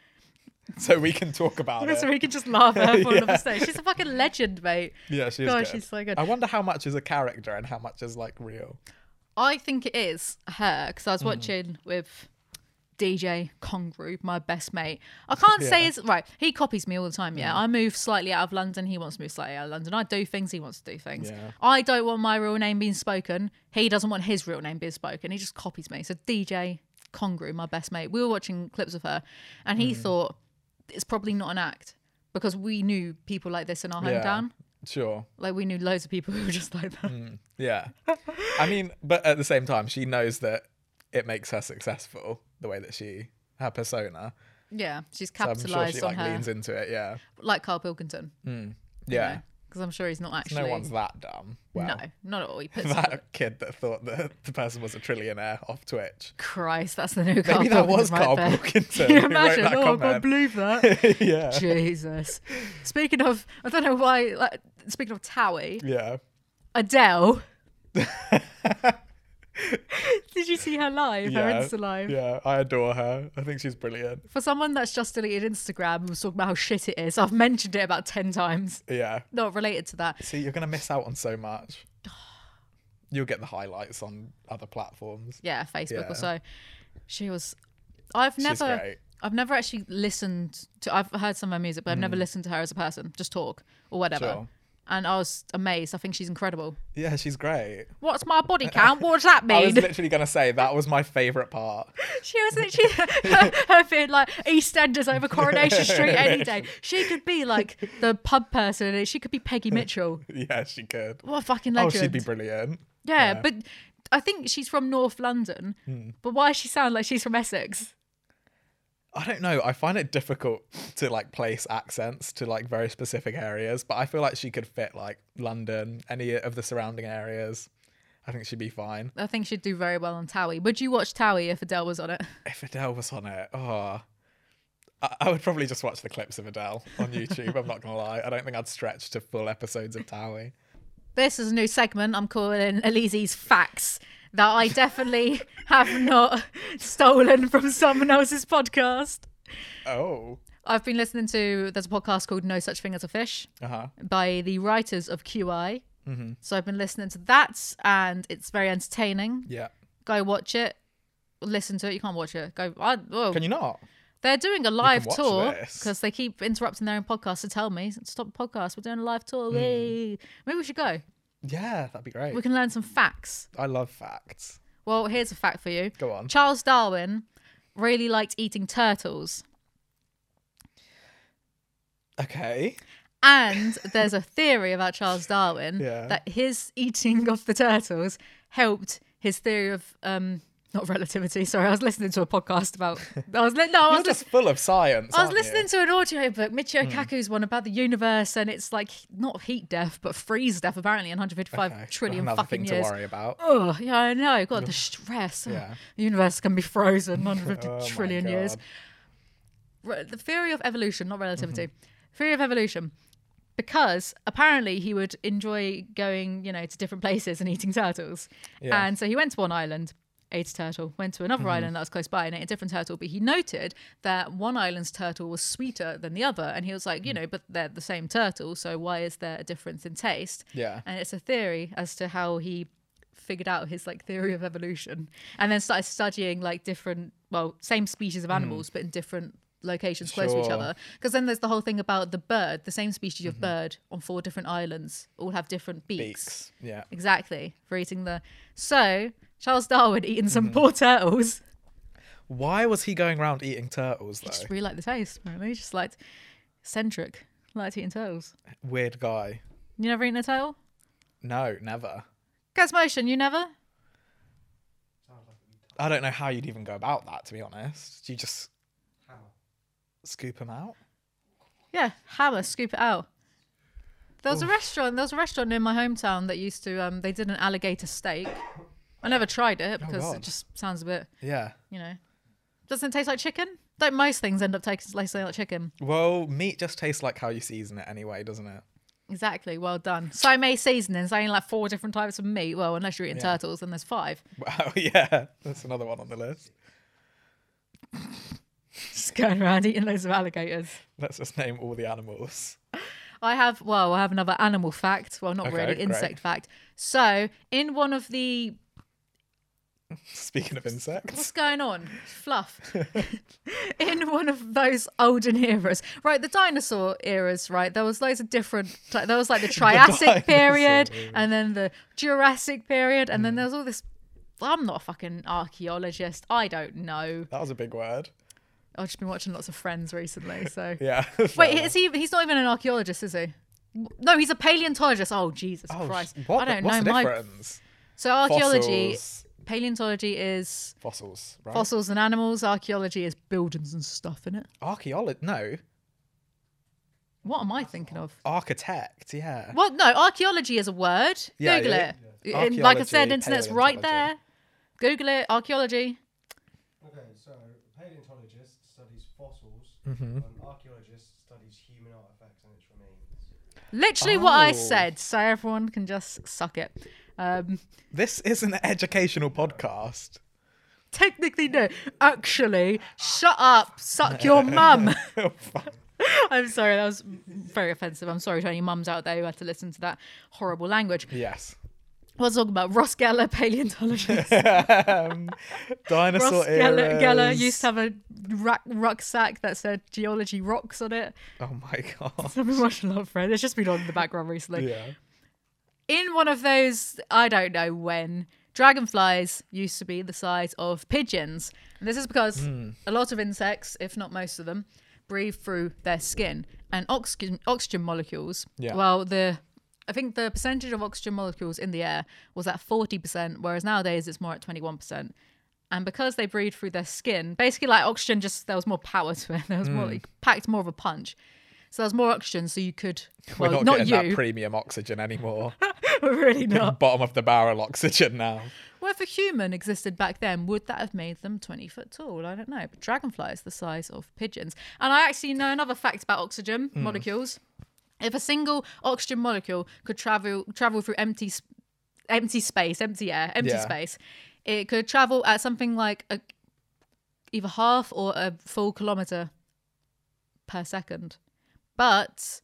[SPEAKER 2] so we can talk about
[SPEAKER 1] So
[SPEAKER 2] it.
[SPEAKER 1] we can just laugh at her falling off
[SPEAKER 2] Yeah.
[SPEAKER 1] a stage. She's a fucking legend, mate.
[SPEAKER 2] Yeah, she is
[SPEAKER 1] God,
[SPEAKER 2] good.
[SPEAKER 1] she's so good.
[SPEAKER 2] I wonder how much is a character and how much is like real.
[SPEAKER 1] I think it is her because I
[SPEAKER 2] Hmm.
[SPEAKER 1] was watching with DJ Congru, my best mate. I can't say
[SPEAKER 2] Yeah. Hmm.
[SPEAKER 1] it's right. He copies me all the time. Yeah, I move slightly out of London. He wants to move slightly out of London. I do things. He wants to do things.
[SPEAKER 2] Yeah.
[SPEAKER 1] I don't want my real name being spoken. He doesn't want his real name being spoken. He just copies me. So DJ Congru, my best mate, we were watching clips of her, and
[SPEAKER 2] Hmm.
[SPEAKER 1] he thought it's probably not an act because we knew people like this in our
[SPEAKER 2] Yeah.
[SPEAKER 1] hometown.
[SPEAKER 2] Sure.
[SPEAKER 1] Like we knew loads of people who were just like that.
[SPEAKER 2] Mm. Yeah. I mean, but at the same time, she knows that it makes her successful the way that she her persona.
[SPEAKER 1] Yeah, she's
[SPEAKER 2] So I'm sure
[SPEAKER 1] capitalized
[SPEAKER 2] she
[SPEAKER 1] on
[SPEAKER 2] like
[SPEAKER 1] her.
[SPEAKER 2] leans into it. Yeah.
[SPEAKER 1] like Carl Pilkington.
[SPEAKER 2] Yeah.
[SPEAKER 1] Because I'm sure he's not actually.
[SPEAKER 2] No one's that dumb. Well,
[SPEAKER 1] No, not at all. He puts
[SPEAKER 2] that kid that thought that the person was a trillionaire off Twitch.
[SPEAKER 1] Christ, that's the new Carl
[SPEAKER 2] Maybe that
[SPEAKER 1] Pilkington
[SPEAKER 2] was
[SPEAKER 1] right
[SPEAKER 2] Carl
[SPEAKER 1] there.
[SPEAKER 2] Pilkington.
[SPEAKER 1] Can you
[SPEAKER 2] who wrote
[SPEAKER 1] imagine?
[SPEAKER 2] that
[SPEAKER 1] Oh, I can't
[SPEAKER 2] comment.
[SPEAKER 1] believe that.
[SPEAKER 2] yeah.
[SPEAKER 1] Jesus. Speaking of, I don't know why. Like, speaking of Towie,
[SPEAKER 2] Yeah.
[SPEAKER 1] Adele. Did you see her live? Her
[SPEAKER 2] Yeah.
[SPEAKER 1] Insta live.
[SPEAKER 2] Yeah. I adore her. I think she's brilliant.
[SPEAKER 1] For someone that's just deleted Instagram and was talking about how shit it is, I've mentioned it about ten times.
[SPEAKER 2] Yeah.
[SPEAKER 1] Not related to that.
[SPEAKER 2] See, you're going to miss out on so much. You'll get the highlights on other platforms.
[SPEAKER 1] yeah, Facebook
[SPEAKER 2] Yeah.
[SPEAKER 1] or so. She was. I've never.
[SPEAKER 2] great.
[SPEAKER 1] I've never actually listened to. I've heard some of her music, but I've never listened to her as a person, just talk or whatever.
[SPEAKER 2] Mm. Sure.
[SPEAKER 1] And I was amazed. I think she's incredible.
[SPEAKER 2] Yeah, she's great.
[SPEAKER 1] What's my body count? What does that
[SPEAKER 2] I was
[SPEAKER 1] mean?
[SPEAKER 2] literally going to say that was my favorite part.
[SPEAKER 1] she was literally her, her being like EastEnders over Coronation Street any day. She could be like the pub person. She could be Peggy Mitchell.
[SPEAKER 2] Yeah, she could.
[SPEAKER 1] What a fucking
[SPEAKER 2] Oh,
[SPEAKER 1] legend!
[SPEAKER 2] she'd be brilliant.
[SPEAKER 1] yeah,
[SPEAKER 2] yeah. Hmm.
[SPEAKER 1] but I think she's from North London. But why does she sound like she's from Essex?
[SPEAKER 2] I don't know. I find it difficult to like place accents to like very specific areas, but I feel like she could fit like London, any of the surrounding areas. I think she'd be fine.
[SPEAKER 1] I think she'd do very well on Towie. Would you watch Towie if Adele was on it?
[SPEAKER 2] If Adele was on it, oh, I, I would probably just watch the clips of Adele on YouTube. I'm not gonna lie. I don't think I'd stretch to full episodes of Towie.
[SPEAKER 1] This is a new segment I'm calling Elise's Facts that I definitely have not stolen from someone else's podcast.
[SPEAKER 2] Oh,
[SPEAKER 1] I've been listening to, there's a podcast called No Such Thing as a Fish
[SPEAKER 2] uh huh.
[SPEAKER 1] by the writers of QI. So I've been listening to that and it's very entertaining.
[SPEAKER 2] Yeah.
[SPEAKER 1] Go watch it. Listen to it. You can't watch it. Go. I, oh, whoa.
[SPEAKER 2] Can you not?
[SPEAKER 1] They're doing a live
[SPEAKER 2] watch
[SPEAKER 1] tour
[SPEAKER 2] this.
[SPEAKER 1] because they keep interrupting their own podcast to tell me, stop the podcast. We're doing a live
[SPEAKER 2] Hmm.
[SPEAKER 1] tour. Hey. Maybe we should go.
[SPEAKER 2] Yeah, that'd be great.
[SPEAKER 1] We can learn some facts.
[SPEAKER 2] I love facts.
[SPEAKER 1] Well, here's a fact for you.
[SPEAKER 2] Go on.
[SPEAKER 1] Charles Darwin really liked eating turtles.
[SPEAKER 2] Okay.
[SPEAKER 1] And there's a theory about Charles Darwin
[SPEAKER 2] Yeah.
[SPEAKER 1] that his eating of the turtles helped his theory of um not relativity. Sorry, I was listening to a podcast about I was li- no, I
[SPEAKER 2] You're
[SPEAKER 1] was
[SPEAKER 2] just full of science.
[SPEAKER 1] I was
[SPEAKER 2] aren't you?
[SPEAKER 1] listening to an audiobook, Michio
[SPEAKER 2] Hmm.
[SPEAKER 1] Kaku's one about the universe, and it's like not heat death, but freeze death, apparently, in 155
[SPEAKER 2] Okay,
[SPEAKER 1] trillion
[SPEAKER 2] Another
[SPEAKER 1] fucking
[SPEAKER 2] thing
[SPEAKER 1] years.
[SPEAKER 2] to worry about.
[SPEAKER 1] Oh, yeah, I know. God, the stress. Oh,
[SPEAKER 2] Yeah.
[SPEAKER 1] The universe can be frozen 150
[SPEAKER 2] Oh my
[SPEAKER 1] trillion years.
[SPEAKER 2] God.
[SPEAKER 1] Re- The theory of evolution, not relativity. Theory of evolution. Because apparently he would enjoy going, you know, to different places and eating turtles.
[SPEAKER 2] Yeah.
[SPEAKER 1] And so he went to one island. ate a turtle, went to another island that was close by and ate a different turtle. But he noted that one island's turtle was sweeter than the other. And he was like, you know, but they're the same turtle. So why is there a difference in taste?
[SPEAKER 2] Yeah.
[SPEAKER 1] And it's a theory as to how he figured out his like theory of evolution and then started studying like different, well, same species of animals, but in different locations close to each
[SPEAKER 2] Mm-hmm. Sure. Mm-hmm.
[SPEAKER 1] other because then there's the whole thing about the bird the same species of bird on four different islands all have different beaks.
[SPEAKER 2] Beaks. Yeah.
[SPEAKER 1] Exactly, for eating the. So, Charles Darwin eating some
[SPEAKER 2] Mm-hmm.
[SPEAKER 1] poor turtles.
[SPEAKER 2] Why was he going around eating turtles though?
[SPEAKER 1] Just really liked the taste, man. He just liked centric, liked eating turtles.
[SPEAKER 2] Weird guy.
[SPEAKER 1] You never eaten a turtle?
[SPEAKER 2] No, never.
[SPEAKER 1] Cat's motion, you never?
[SPEAKER 2] I don't know how you'd even go about that, to be honest. Do you just scoop them out?
[SPEAKER 1] Yeah, hammer, scoop it out. There was a restaurant. There was a restaurant in my hometown that used to. Um, they did an alligator steak. I never tried it because it
[SPEAKER 2] Oh, God.
[SPEAKER 1] just sounds a bit,
[SPEAKER 2] Yeah.
[SPEAKER 1] you know, doesn't it taste like chicken. Don't most things end up tasting like chicken?
[SPEAKER 2] Well, meat just tastes like how you season it anyway, doesn't it?
[SPEAKER 1] Exactly. Well done. So many seasonings, only like four different types of meat. Well, unless you're eating
[SPEAKER 2] Yeah.
[SPEAKER 1] turtles, then there's five.
[SPEAKER 2] Wow, yeah. That's another one on the list.
[SPEAKER 1] Just going around eating loads of alligators.
[SPEAKER 2] Let's just name all the animals.
[SPEAKER 1] I have well, I have another animal fact. Well, not
[SPEAKER 2] Okay,
[SPEAKER 1] really,
[SPEAKER 2] great.
[SPEAKER 1] insect fact. So in one of the
[SPEAKER 2] Speaking of insects.
[SPEAKER 1] what's going on? Fluff. in one of those olden eras. Right, the dinosaur eras, right? There was loads of different like, there was like the
[SPEAKER 2] dinosaur
[SPEAKER 1] Triassic period
[SPEAKER 2] eras.
[SPEAKER 1] and then the Jurassic period and
[SPEAKER 2] Mm.
[SPEAKER 1] then there was all this I'm not a fucking archaeologist. I don't know.
[SPEAKER 2] That was a big word.
[SPEAKER 1] I've just been watching lots of Friends recently, so
[SPEAKER 2] Yeah.
[SPEAKER 1] wait, is he? He's not even an archaeologist, is he? No, he's a paleontologist. Oh Jesus
[SPEAKER 2] Oh,
[SPEAKER 1] Christ!
[SPEAKER 2] sh- what
[SPEAKER 1] I
[SPEAKER 2] the-
[SPEAKER 1] don't
[SPEAKER 2] what's
[SPEAKER 1] know
[SPEAKER 2] the
[SPEAKER 1] my.
[SPEAKER 2] difference?
[SPEAKER 1] So archaeology,
[SPEAKER 2] Fossils.
[SPEAKER 1] paleontology is
[SPEAKER 2] Fossils, right?
[SPEAKER 1] fossils and animals. Archaeology is buildings and stuff in it.
[SPEAKER 2] Archaeologist, no.
[SPEAKER 1] What am I thinking of?
[SPEAKER 2] Architect, yeah.
[SPEAKER 1] Well, no, archaeology is a word.
[SPEAKER 2] Yeah,
[SPEAKER 1] Google
[SPEAKER 2] yeah,
[SPEAKER 1] it. And like I said,
[SPEAKER 2] Archaeology,
[SPEAKER 1] internet's right there.
[SPEAKER 2] paleontology.
[SPEAKER 1] Google it. Archaeology.
[SPEAKER 3] Okay, so a paleontologist studies fossils, and an archaeologist studies human artifacts and its remains.
[SPEAKER 1] Literally what I
[SPEAKER 2] Oh.
[SPEAKER 1] said. So everyone can just suck it. Um,
[SPEAKER 2] This is an educational podcast.
[SPEAKER 1] technically no. Actually, shut up. Suck your mum.
[SPEAKER 2] Oh,
[SPEAKER 1] I'm sorry, that was very offensive. I'm sorry to any mums out there who had to listen to that horrible language.
[SPEAKER 2] yes.
[SPEAKER 1] We're talking about Ross Geller, paleontologist.
[SPEAKER 2] um,
[SPEAKER 1] Ross
[SPEAKER 2] dinosaur
[SPEAKER 1] Geller, Geller
[SPEAKER 2] eras.
[SPEAKER 1] used to have a rack, rucksack that said geology rocks on it.
[SPEAKER 2] Oh my god.
[SPEAKER 1] I've been watching a lot of Friends. It's just been on in the background recently.
[SPEAKER 2] Yeah.
[SPEAKER 1] In one of those, I don't know when, dragonflies used to be the size of pigeons. And this is because
[SPEAKER 2] Hmm.
[SPEAKER 1] a lot of insects, if not most of them, breathe through their skin. And oxygen, oxygen molecules,
[SPEAKER 2] Yeah.
[SPEAKER 1] well, the I think the percentage of oxygen molecules in the air was at 40%, whereas nowadays it's more at 21%. And because they breathe through their skin, basically like oxygen just there was more power to it. There was
[SPEAKER 2] Hmm.
[SPEAKER 1] more like packed more of a punch. So there was more oxygen, so you could
[SPEAKER 2] We're
[SPEAKER 1] well
[SPEAKER 2] not,
[SPEAKER 1] not,
[SPEAKER 2] getting
[SPEAKER 1] you.
[SPEAKER 2] that premium oxygen anymore.
[SPEAKER 1] We're really not.
[SPEAKER 2] Bottom of the barrel oxygen now.
[SPEAKER 1] Well, if a human existed back then, would that have made them 20 foot tall? I don't know. But dragonflies the size of pigeons. And I actually know another fact about oxygen molecules. If a single oxygen molecule could travel travel through empty s- empty space, empty air, empty
[SPEAKER 2] Yeah.
[SPEAKER 1] space, it could travel at something like a either half or a full kilometer per second. But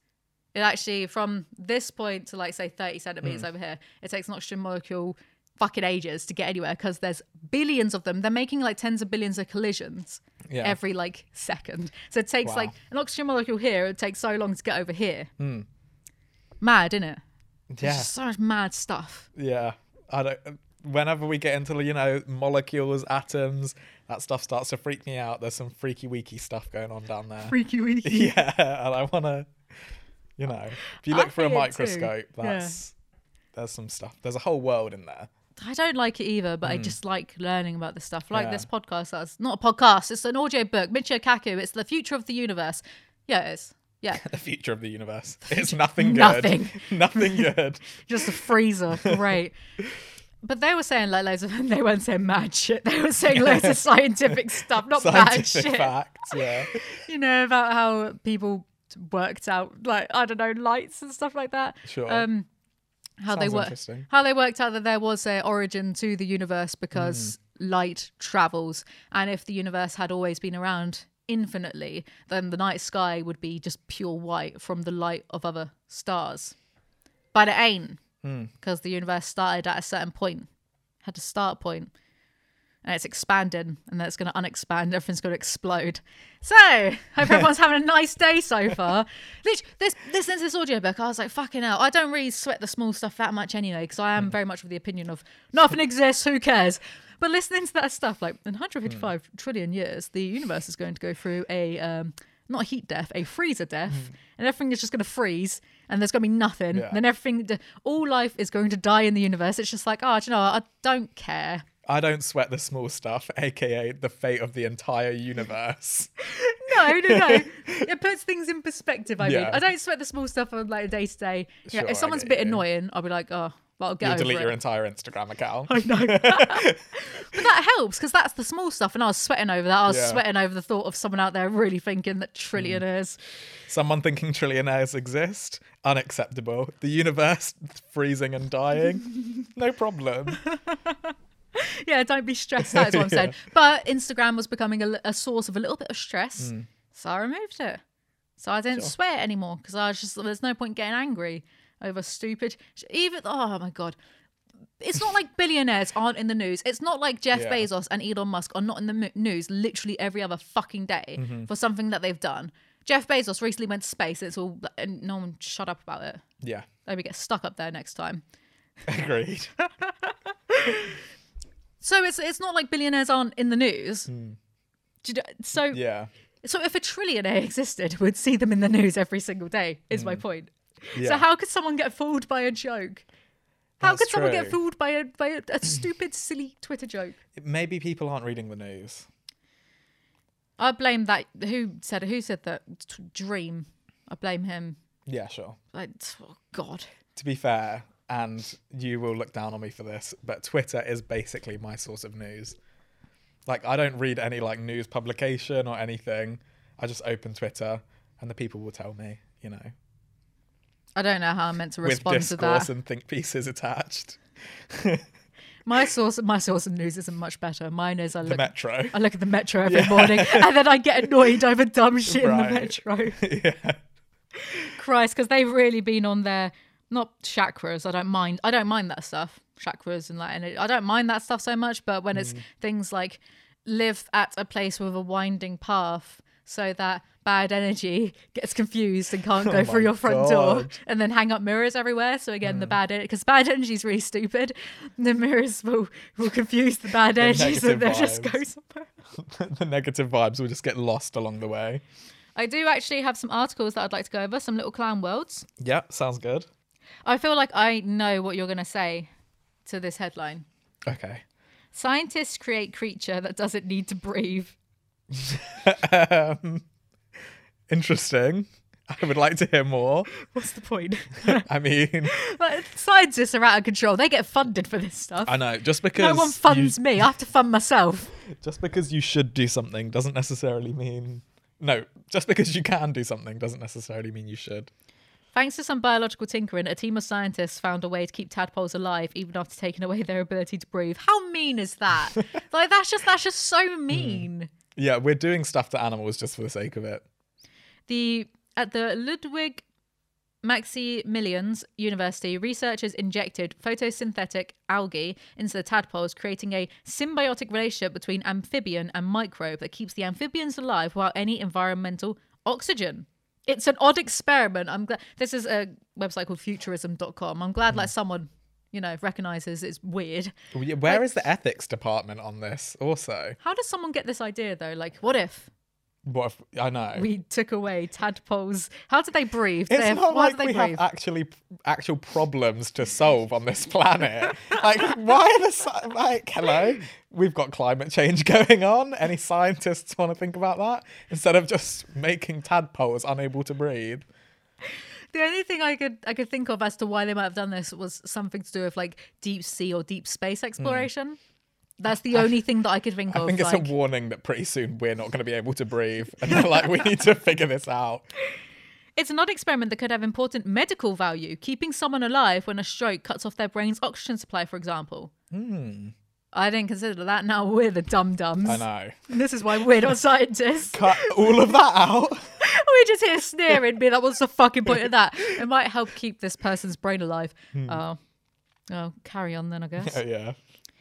[SPEAKER 1] it actually, from this point to like say 30
[SPEAKER 2] Hmm.
[SPEAKER 1] centimeters over here, it takes an oxygen molecule fucking ages to get anywhere because there's billions of them. They're making like tens of billions of collisions
[SPEAKER 2] Yeah.
[SPEAKER 1] every like second. So it takes
[SPEAKER 2] Wow. Hmm.
[SPEAKER 1] like an oxygen molecule here, it takes so long to get over here. Mad, innit? There's
[SPEAKER 2] yeah.
[SPEAKER 1] just so much mad stuff.
[SPEAKER 2] Yeah. I don't. Whenever we get into you know molecules, atoms, that stuff starts to freak me out. There's some freaky weaky stuff going on down there.
[SPEAKER 1] Freaky, weaky.
[SPEAKER 2] Yeah, and I want to, you know, if you
[SPEAKER 1] I
[SPEAKER 2] look through a
[SPEAKER 1] think it too,
[SPEAKER 2] microscope,
[SPEAKER 1] yeah.
[SPEAKER 2] that's there's some stuff. There's a whole world in there.
[SPEAKER 1] I don't like it either, but I just like learning about this stuff. Like
[SPEAKER 2] Hmm. Yeah.
[SPEAKER 1] this podcast, that's not a podcast, it's an audio book. Michio Kaku, it's the future of the universe. Yeah, it is. Yeah,
[SPEAKER 2] The future of the universe. It's nothing good.
[SPEAKER 1] Nothing.
[SPEAKER 2] nothing good.
[SPEAKER 1] just a freezer. Great. But they were saying like loads of they weren't saying mad shit. They were saying loads of scientific stuff, not bad
[SPEAKER 2] Scientific
[SPEAKER 1] shit.
[SPEAKER 2] facts. Yeah.
[SPEAKER 1] You know about how people worked out like I don't know lights and stuff like that.
[SPEAKER 2] Sure.
[SPEAKER 1] Um, how they
[SPEAKER 2] Sounds
[SPEAKER 1] work
[SPEAKER 2] interesting.
[SPEAKER 1] how they worked out that there was a origin to the universe because
[SPEAKER 2] Hmm.
[SPEAKER 1] light travels, and if the universe had always been around infinitely, then the night sky would be just pure white from the light of other stars. But it ain't,
[SPEAKER 2] Hmm.
[SPEAKER 1] because the universe started at a certain point, had a start point, and it's expanding, and then it's going to unexpand, everything's going to explode. So, hope everyone's having a nice day so far. Lit- this listening to this audiobook, I was like, fucking hell, I don't really sweat the small stuff that much anyway, because I am very much of the opinion of nothing exists, who cares? But listening to that stuff, like in 155 trillion years, the universe is going to go through a um, not heat death, a freezer death, and everything is just going to freeze, and there's going to be nothing.
[SPEAKER 2] Yeah.
[SPEAKER 1] Then everything, d- all life is going to die in the universe. It's just like, oh, do you know, what? I don't care.
[SPEAKER 2] I don't sweat the small stuff, aka the fate of the entire universe.
[SPEAKER 1] No, no, no. it puts things in perspective. I mean,
[SPEAKER 2] Yeah.
[SPEAKER 1] I don't sweat the small stuff on like day to day. You know,
[SPEAKER 2] Sure, I
[SPEAKER 1] If someone's a
[SPEAKER 2] get
[SPEAKER 1] bit
[SPEAKER 2] you.
[SPEAKER 1] annoying, I'll be like, oh, well, I'll get
[SPEAKER 2] You'll
[SPEAKER 1] over
[SPEAKER 2] delete
[SPEAKER 1] it.
[SPEAKER 2] your entire Instagram account.
[SPEAKER 1] I know. but that helps because that's the small stuff. And I was sweating over that. I was
[SPEAKER 2] Yeah. Mm.
[SPEAKER 1] sweating over the thought of someone out there really thinking that trillionaires.
[SPEAKER 2] Someone thinking trillionaires exist? Unacceptable. The universe freezing and dying? No problem.
[SPEAKER 1] Yeah, don't be stressed. That's what I'm saying. But Instagram was becoming a, li- a source of a little bit of stress. So I removed it. So I didn't
[SPEAKER 2] Hmm. Sure.
[SPEAKER 1] sweat anymore because I was just, there's no point getting angry over stupid. Even, oh my God. It's not like billionaires aren't in the news. It's not like Jeff
[SPEAKER 2] Yeah.
[SPEAKER 1] Bezos and Elon Musk are not in the mo- news literally every other fucking day
[SPEAKER 2] Mm-hmm.
[SPEAKER 1] for something that they've done. Jeff Bezos recently went to space. It's all, and no one shut up about it.
[SPEAKER 2] Yeah,
[SPEAKER 1] Maybe get stuck up there next time.
[SPEAKER 2] agreed.
[SPEAKER 1] So it's it's not like billionaires aren't in the news. Do you know- so
[SPEAKER 2] Hmm. Yeah.
[SPEAKER 1] so if a trillionaire existed, we'd see them in the news every single day. Is my point. So
[SPEAKER 2] Hmm. Yeah.
[SPEAKER 1] how could someone get fooled by a joke? How
[SPEAKER 2] That's
[SPEAKER 1] could someone get
[SPEAKER 2] true.
[SPEAKER 1] fooled by a by a, a stupid, silly Twitter joke?
[SPEAKER 2] Maybe people aren't reading the news.
[SPEAKER 1] I blame that. Who said who said that? T- Dream. I blame him.
[SPEAKER 2] Yeah, sure.
[SPEAKER 1] Like t- oh God.
[SPEAKER 2] To be fair, and you will look down on me for this, but Twitter is basically my source of news. Like, I don't read any like news publication or anything. I just open Twitter and the people will tell me, you know,
[SPEAKER 1] I don't know how I'm meant to
[SPEAKER 2] with
[SPEAKER 1] respond to
[SPEAKER 2] discourse
[SPEAKER 1] that.
[SPEAKER 2] and think pieces attached.
[SPEAKER 1] My source, my source of news isn't much better. Mine is I
[SPEAKER 2] The
[SPEAKER 1] look
[SPEAKER 2] Metro.
[SPEAKER 1] I look at the metro every morning and then I get annoyed over dumb shit
[SPEAKER 2] Right.
[SPEAKER 1] in the metro.
[SPEAKER 2] yeah.
[SPEAKER 1] Christ, because they've really been on their not chakras. I don't mind. I don't mind that stuff. Chakras and that, and I don't mind that stuff so much. But when
[SPEAKER 2] Mm.
[SPEAKER 1] it's things like live at a place with a winding path, so that bad energy gets confused and can't go
[SPEAKER 2] Oh
[SPEAKER 1] through
[SPEAKER 2] my
[SPEAKER 1] your front door,
[SPEAKER 2] God. Mm.
[SPEAKER 1] and then hang up mirrors everywhere. So again, the bad because bad energy is really stupid. The mirrors will will confuse the bad energies, and
[SPEAKER 2] negative
[SPEAKER 1] they'll just go
[SPEAKER 2] vibes.
[SPEAKER 1] somewhere.
[SPEAKER 2] the negative vibes will just get lost along the way.
[SPEAKER 1] I do actually have some articles that I'd like to go over, some little clown worlds.
[SPEAKER 2] Yeah, sounds good.
[SPEAKER 1] I feel like I know what you're going to say to this headline.
[SPEAKER 2] Okay.
[SPEAKER 1] Scientists create creature that doesn't need to breathe.
[SPEAKER 2] um, interesting. I would like to hear more.
[SPEAKER 1] What's the point?
[SPEAKER 2] I mean,
[SPEAKER 1] Like, scientists are out of control. They get funded for this stuff.
[SPEAKER 2] I know just
[SPEAKER 1] No
[SPEAKER 2] because
[SPEAKER 1] one funds me. I have to fund myself.
[SPEAKER 2] you, just because you should do something doesn't necessarily mean no. Just because you can do something doesn't necessarily mean you should.
[SPEAKER 1] Thanks to some biological tinkering, a team of scientists found a way to keep tadpoles alive even after taking away their ability to breathe. How mean is that? like that's just that's just so mean.
[SPEAKER 2] Yeah, we're doing stuff to animals just for the sake of it.
[SPEAKER 1] The at the Ludwig Maximilians University, researchers injected photosynthetic algae into the tadpoles, creating a symbiotic relationship between amphibian and microbe that keeps the amphibians alive without any environmental oxygen. It's an odd experiment. I'm glad this is a website called futurism.com. I'm glad
[SPEAKER 2] Hmm.
[SPEAKER 1] like someone, you know, recognizes it's weird.
[SPEAKER 2] Well, yeah, Where is the ethics department on this? Also,
[SPEAKER 1] How does someone get this idea though? Like, what if
[SPEAKER 2] what if, I know
[SPEAKER 1] we took away tadpoles? How do they breathe?
[SPEAKER 2] It's
[SPEAKER 1] They have-
[SPEAKER 2] not
[SPEAKER 1] why
[SPEAKER 2] like
[SPEAKER 1] do they
[SPEAKER 2] we
[SPEAKER 1] breathe?
[SPEAKER 2] have actually actual problems to solve on this planet. like, why are the sci- like? Hello, we've got climate change going on. Any scientists want to think about that instead of just making tadpoles unable to breathe?
[SPEAKER 1] The only thing I could I could think of as to why they might have done this was something to do with like deep sea or deep space exploration. That's the only thing that I could think
[SPEAKER 2] Hmm. I
[SPEAKER 1] of.
[SPEAKER 2] think it's
[SPEAKER 1] like,
[SPEAKER 2] a warning that pretty soon we're not going to be able to breathe, and they're like, we need to figure this out.
[SPEAKER 1] it's an odd experiment that could have important medical value. Keeping someone alive when a stroke cuts off their brain's oxygen supply, for example. I didn't consider that. Now we're the dum dums.
[SPEAKER 2] Hmm. I know.
[SPEAKER 1] This is why we're not scientists.
[SPEAKER 2] Cut all of that out.
[SPEAKER 1] we just hear sneering, be like, "What's the fucking point of that?" It might help keep this person's brain alive. Oh, oh, carry on then, I guess.
[SPEAKER 2] Oh, Hmm. yeah.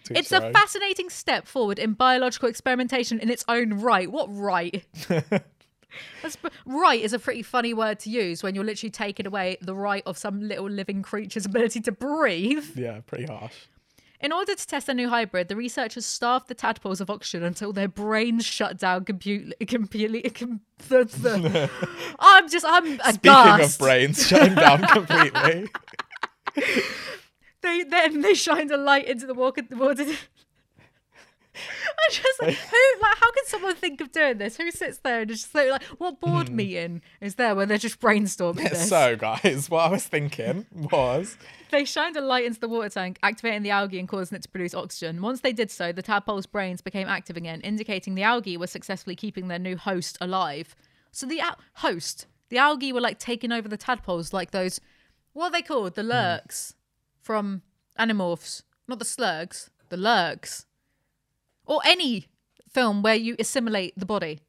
[SPEAKER 2] To each
[SPEAKER 1] It's
[SPEAKER 2] their
[SPEAKER 1] a
[SPEAKER 2] own.
[SPEAKER 1] fascinating step forward in biological experimentation in its own right. What right? That's, b- right is a pretty funny word to use when you're literally taking away the right of some little living creature's ability to breathe.
[SPEAKER 2] Yeah, pretty harsh.
[SPEAKER 1] In order to test their new hybrid, the researchers starved the tadpoles of oxygen until their brains shut down compute, completely. Com- the- the- I'm just, I'm
[SPEAKER 2] Speaking
[SPEAKER 1] aghast.
[SPEAKER 2] of brains shutting down completely.
[SPEAKER 1] they then they shined a light into the walk the water. I just like who like how can someone think of doing this? Who sits there and is just like, like, what board meeting is there where they're just brainstorming this?
[SPEAKER 2] so, guys, what I was thinking was
[SPEAKER 1] They shined a light into the water tank, activating the algae and causing it to produce oxygen. Once they did so, the tadpole's brains became active again, indicating the algae were successfully keeping their new host alive. So the al- host, the algae were like taking over the tadpoles, like those, what are they called? The lurks from Animorphs, not the slurgs, the lurks, or any film where you assimilate the body,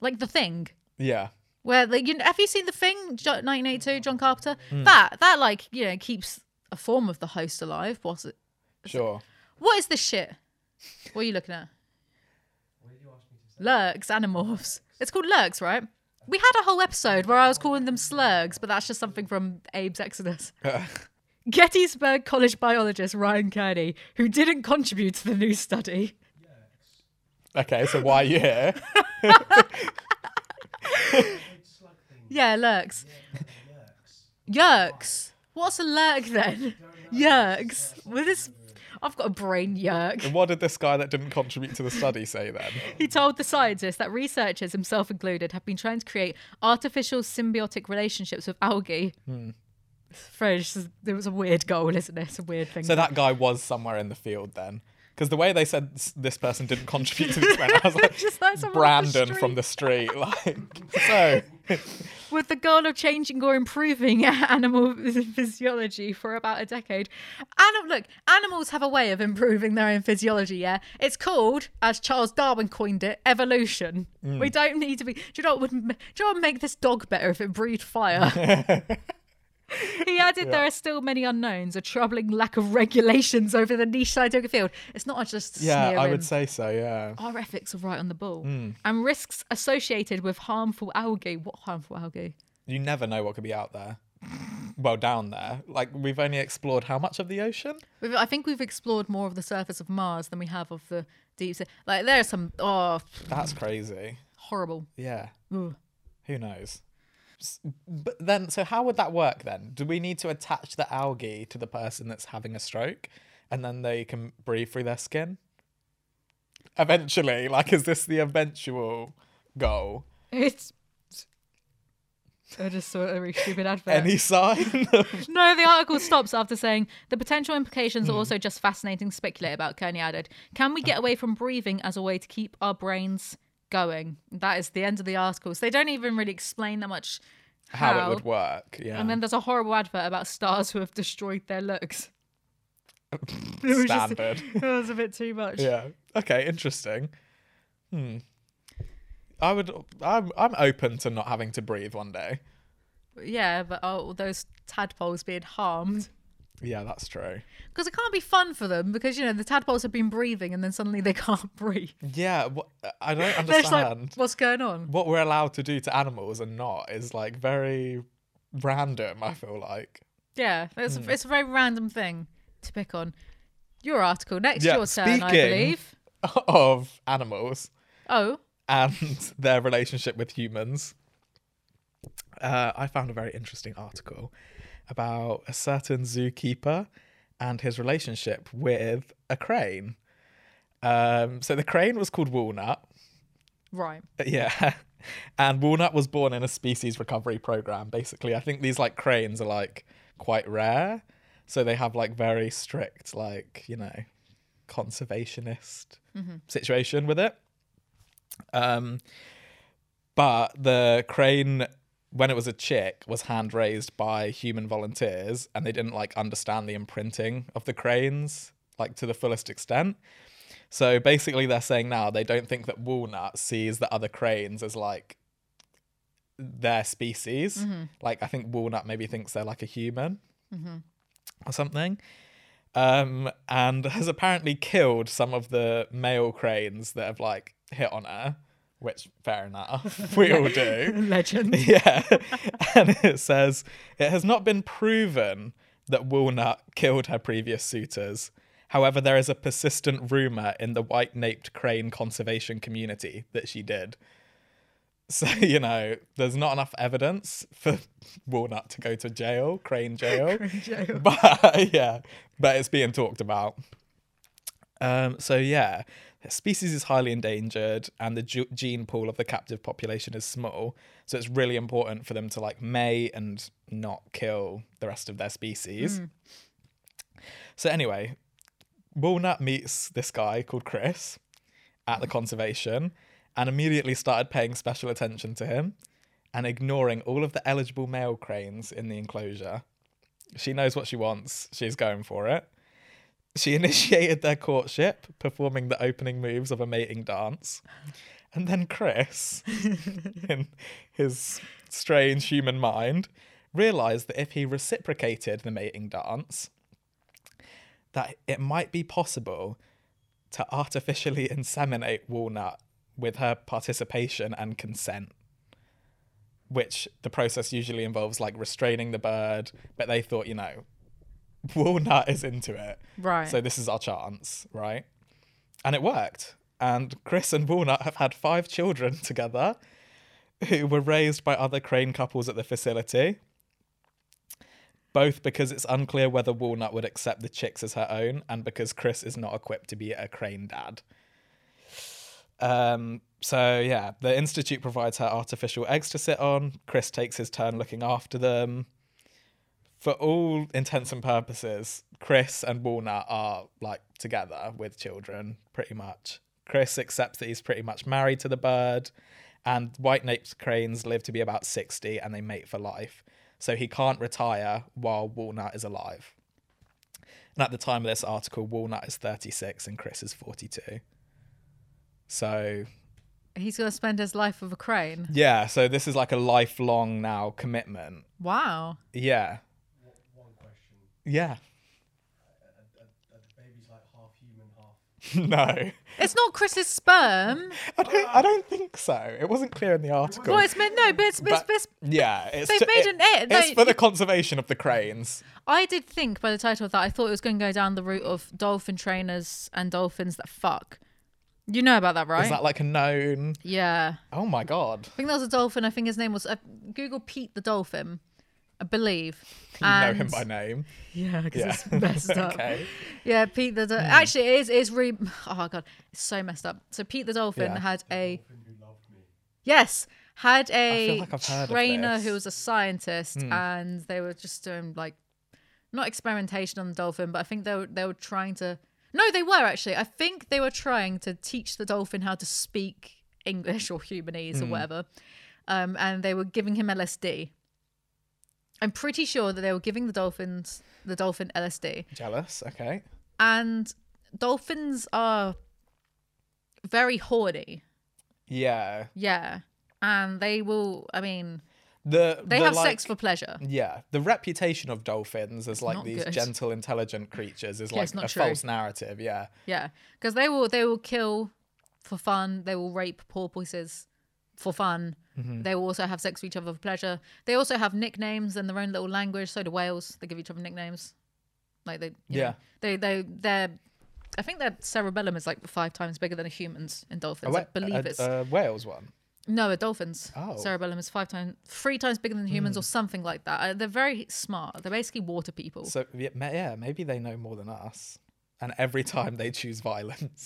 [SPEAKER 1] like the thing.
[SPEAKER 2] yeah.
[SPEAKER 1] Where like you know, have you seen the thing Jo- 1982 John Carpenter? That that like you know keeps a form of the host alive. What's it?
[SPEAKER 2] Sure.
[SPEAKER 1] What is this shit? What are you looking at?
[SPEAKER 3] What did you ask me to say?
[SPEAKER 1] Lurks, animorphs. It's called lurks, right? We had a whole episode where I was calling them slurgs, but that's just something from Abe's Exodus. Gettysburg College biologist Ryan Kearney, who didn't contribute to the new study.
[SPEAKER 2] Okay, so why are you here?
[SPEAKER 3] It's slug thing.
[SPEAKER 1] Yeah, lurks.
[SPEAKER 3] Yerks.
[SPEAKER 1] Yerks. What's a lurk then? Yerks. Well, this. I've got a brain yerk.
[SPEAKER 2] What did this guy that didn't contribute to the study say then?
[SPEAKER 1] He told the scientists that researchers, himself included, have been trying to create artificial symbiotic relationships with algae.
[SPEAKER 2] Hmm.
[SPEAKER 1] Fresh, it was a weird goal, isn't it? It's a weird thing.
[SPEAKER 2] So that guy was somewhere in the field then. Because the way they said s- this person didn't contribute to the experiment, I was like,
[SPEAKER 1] Just like someone off
[SPEAKER 2] Brandon from the
[SPEAKER 1] street.
[SPEAKER 2] street. Like, so,
[SPEAKER 1] with the goal of changing or improving animal physiology for about a decade. Anim- look, animals have a way of improving their own physiology. Yeah, it's called, as Charles Darwin coined it, evolution.
[SPEAKER 2] Mm.
[SPEAKER 1] We don't need to be. Do you know what would m- do you know what would make this dog better if it breathed fire? He added, "There are still many unknowns, a troubling lack of regulations over the niche scientific field. It's not just
[SPEAKER 2] yeah, I
[SPEAKER 1] sneering
[SPEAKER 2] would Mm. say so, yeah.
[SPEAKER 1] our ethics are right on the ball, and risks associated with harmful algae. What harmful algae?
[SPEAKER 2] You never know what could be out there. Well, down there. Like, we've only explored how much of the ocean?
[SPEAKER 1] We've, I think we've explored more of the surface of Mars than we have of the deep sea. Like there are some oh
[SPEAKER 2] That's crazy.
[SPEAKER 1] horrible.
[SPEAKER 2] Yeah.
[SPEAKER 1] Ugh.
[SPEAKER 2] Who knows? S- But then, so how would that work then? Do we need to attach the algae to the person that's having a stroke and then they can breathe through their skin? Eventually, like, is this the eventual goal?
[SPEAKER 1] It's. I just saw a really stupid advert.
[SPEAKER 2] Any sign? of-
[SPEAKER 1] No, the article stops after saying the potential implications
[SPEAKER 2] Hmm.
[SPEAKER 1] are also just fascinating to speculate about. Kearney added, "Can we get away from breathing as a way to keep our brains going?" That is the end of the article. So they don't even really explain that much
[SPEAKER 2] how it would work. Yeah.
[SPEAKER 1] And then there's a horrible advert about stars who have destroyed their looks. It was just-
[SPEAKER 2] Standard.
[SPEAKER 1] That was a bit too much.
[SPEAKER 2] Yeah. Okay. Interesting. Hmm. I would. I'm. I'm open to not having to breathe one day.
[SPEAKER 1] Yeah, but oh, those tadpoles being harmed.
[SPEAKER 2] Yeah, that's true.
[SPEAKER 1] Because it can't be fun for them because, you know, the tadpoles have been breathing and then suddenly they can't breathe.
[SPEAKER 2] Yeah. What, I don't
[SPEAKER 1] They're just like,
[SPEAKER 2] understand
[SPEAKER 1] what's going on?
[SPEAKER 2] what we're allowed to do to animals and not is like very random. I feel like.
[SPEAKER 1] Yeah, it's,
[SPEAKER 2] Hmm.
[SPEAKER 1] it's a very random thing to pick on. Your article. Next,
[SPEAKER 2] Yeah,
[SPEAKER 1] your turn, I
[SPEAKER 2] speaking-
[SPEAKER 1] believe.
[SPEAKER 2] Of animals
[SPEAKER 1] Oh,
[SPEAKER 2] and their relationship with humans. Uh, I found a very interesting article about a certain zookeeper and his relationship with a crane. Um, so the crane was called Walnut.
[SPEAKER 1] right.
[SPEAKER 2] Yeah. And Walnut was born in a species recovery program, basically. I think these like cranes are like quite rare. So they have like very strict, like, you know, conservationist situation with it. Um but the crane when it was a chick was hand raised by human volunteers and they didn't like understand the imprinting of the cranes like to the fullest extent. So basically, they're saying now they don't think that walnut sees the other cranes as like their species. Like I think walnut maybe thinks they're like a human or something. Um, and has apparently killed some of the male cranes that have like hit on her, which fair enough, we all do.
[SPEAKER 4] Legend.
[SPEAKER 2] Yeah. and it says it has not been proven that Walnut killed her previous suitors. However, there is a persistent rumor in the white naped crane conservation community that she did. So, you know, there's not enough evidence for Walnut to go to jail, crane jail. But yeah, but it's being talked about. Um, so yeah, the species is highly endangered, and the ge- gene pool of the captive population is small. So it's really important for them to like may and not kill the rest of their species. So anyway, Walnut meets this guy called Chris at the conservation, and immediately started paying special attention to him, and ignoring all of the eligible male cranes in the enclosure. She knows what she wants. She's going for it. She initiated their courtship, performing the opening moves of a mating dance. And then Chris, in his strange human mind, realized that if he reciprocated the mating dance, that it might be possible to artificially inseminate Walnut with her participation and consent which the process usually involves like restraining the bird, but they thought, you know, Walnut is into it.
[SPEAKER 1] Right.
[SPEAKER 2] So this is our chance, right? And it worked. And Chris and Walnut have had five children together who were raised by other crane couples at the facility. Both because it's unclear whether Walnut would accept the chicks as her own and because Chris is not equipped to be a crane dad. Um, so yeah, the institute provides her artificial eggs to sit on. Chris takes his turn looking after them. For all intents and purposes, Chris and Walnut are like together with children, pretty much. Chris accepts that he's pretty much married to the bird, and white naped cranes live to be about 60 and they mate for life. So he can't retire while Walnut is alive. And at the time of this article, Walnut is 36 and Chris is 42. So
[SPEAKER 1] He's gonna spend his life with a crane.
[SPEAKER 2] yeah, so this is like a lifelong now commitment.
[SPEAKER 1] Wow.
[SPEAKER 2] Yeah.
[SPEAKER 3] W- one question.
[SPEAKER 2] Yeah.
[SPEAKER 3] Are, are, are the babies like half human, half?
[SPEAKER 2] no.
[SPEAKER 1] It's not Chris's sperm.
[SPEAKER 2] I don't I don't think so. It wasn't clear in the article.
[SPEAKER 1] Well, it's meant no, but it's, it's,
[SPEAKER 2] But-
[SPEAKER 1] it's
[SPEAKER 2] yeah, it's
[SPEAKER 1] they've
[SPEAKER 2] to-
[SPEAKER 1] made an egg,
[SPEAKER 2] It's
[SPEAKER 1] no,
[SPEAKER 2] for the
[SPEAKER 1] you-
[SPEAKER 2] conservation of the cranes.
[SPEAKER 1] I did think by the title of that, I thought it was going to go down the route of dolphin trainers and dolphins that fuck. You know about that, right?
[SPEAKER 2] Is that like a known?
[SPEAKER 1] yeah.
[SPEAKER 2] Oh my god.
[SPEAKER 1] I think there was a dolphin. I think his name was uh, Google Pete the dolphin, I believe.
[SPEAKER 2] You
[SPEAKER 1] and
[SPEAKER 2] know him by name.
[SPEAKER 4] Yeah, because
[SPEAKER 2] Yeah.
[SPEAKER 4] it's messed up.
[SPEAKER 2] okay.
[SPEAKER 1] Yeah, Pete the. Do-
[SPEAKER 2] Hmm.
[SPEAKER 1] Actually, it is. It's re. Oh god, it's so messed up. So Pete the dolphin
[SPEAKER 2] Yeah.
[SPEAKER 1] had a
[SPEAKER 3] Dolphin who loved me.
[SPEAKER 1] yes had a
[SPEAKER 2] like I've heard of
[SPEAKER 1] trainer
[SPEAKER 2] this. Hmm.
[SPEAKER 1] who was a scientist, and they were just doing like not experimentation on the dolphin, but I think they were they were trying to. No, they were actually. I think they were trying to teach the dolphin how to speak English or humanese
[SPEAKER 2] Hmm.
[SPEAKER 1] or whatever, um, and they were giving him LSD. I'm pretty sure that they were giving the dolphins the dolphin LSD
[SPEAKER 2] Jealous. Okay.
[SPEAKER 1] and dolphins are very horny
[SPEAKER 2] Yeah.
[SPEAKER 1] yeah and they will i mean
[SPEAKER 2] The
[SPEAKER 1] they
[SPEAKER 2] the,
[SPEAKER 1] have
[SPEAKER 2] like-
[SPEAKER 1] sex for pleasure
[SPEAKER 2] Yeah, the reputation of dolphins as like
[SPEAKER 1] not
[SPEAKER 2] these
[SPEAKER 1] good.
[SPEAKER 2] gentle, intelligent creatures
[SPEAKER 1] it's
[SPEAKER 2] is like
[SPEAKER 1] not
[SPEAKER 2] a
[SPEAKER 1] true.
[SPEAKER 2] false narrative. Yeah,
[SPEAKER 1] yeah because they will they will kill for fun they will rape porpoises for fun
[SPEAKER 2] Mm-hmm.
[SPEAKER 1] they will also have sex with each other for pleasure they also have nicknames and their own little language so do whales they give each other nicknames like they you
[SPEAKER 2] Yeah.
[SPEAKER 1] know, they they they're I think their cerebellum is like five times bigger than a human's in dolphins. I
[SPEAKER 2] wh-
[SPEAKER 1] believe
[SPEAKER 2] a-
[SPEAKER 1] it's
[SPEAKER 2] a whales one.
[SPEAKER 1] No, a dolphin's
[SPEAKER 2] Oh. Hmm.
[SPEAKER 1] cerebellum is five times, three times bigger than humans, or something like that. Uh, They're very smart. They're basically water people.
[SPEAKER 2] So yeah, ma- yeah, maybe they know more than us, and every time they choose violence.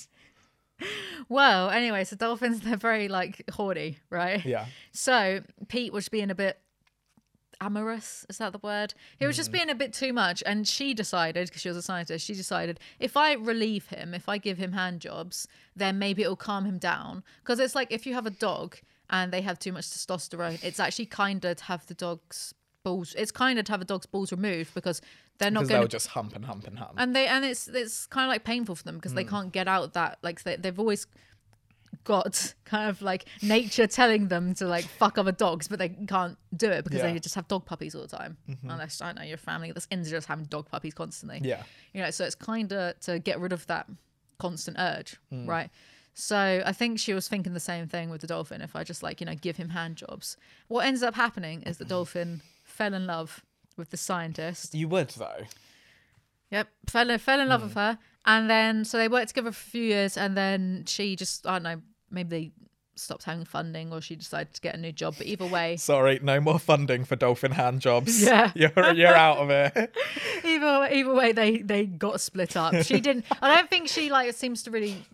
[SPEAKER 1] well, anyway, so dolphins they're very like horny, right?
[SPEAKER 2] Yeah,
[SPEAKER 1] So Pete was being a bit amorous. Is that the word? He was
[SPEAKER 2] Hmm.
[SPEAKER 1] just being a bit too much, and she decided because she was a scientist. She decided if I relieve him, if I give him hand jobs, then maybe it'll calm him down. Because it's like if you have a dog and they have too much testosterone, it's actually kinder to have the dog's balls. It's kinder to have a dog's balls removed because They're not
[SPEAKER 2] because they'll
[SPEAKER 1] going to
[SPEAKER 2] just hump and hump and hump.
[SPEAKER 1] and they and it's it's kind of like painful for them because
[SPEAKER 2] Hmm.
[SPEAKER 1] they can't get out that like they, they've always got kind of like nature telling them to like fuck other dogs but they can't do it because they
[SPEAKER 2] Yeah. Mm-hmm.
[SPEAKER 1] just have dog puppies all the time unless i don't know your family that's into just having dog puppies constantly
[SPEAKER 2] yeah,
[SPEAKER 1] you know so it's kind of to get rid of that constant urge
[SPEAKER 2] Hmm.
[SPEAKER 1] right so i think she was thinking the same thing with the dolphin if i just like you know give him hand jobs what ends up happening is the dolphin fell in love with the scientist
[SPEAKER 2] you would though.
[SPEAKER 1] Yep, fell in, fell in love with
[SPEAKER 2] Mm.
[SPEAKER 1] her, and then so they worked together for a few years, and then she just I don't know maybe they stopped having funding, or she decided to get a new job. But either way,
[SPEAKER 2] Sorry, no more funding for dolphin hand jobs.
[SPEAKER 1] Yeah.
[SPEAKER 2] you're you're out of it.
[SPEAKER 1] either either way they they got split up. She didn't. I don't think she like seems to really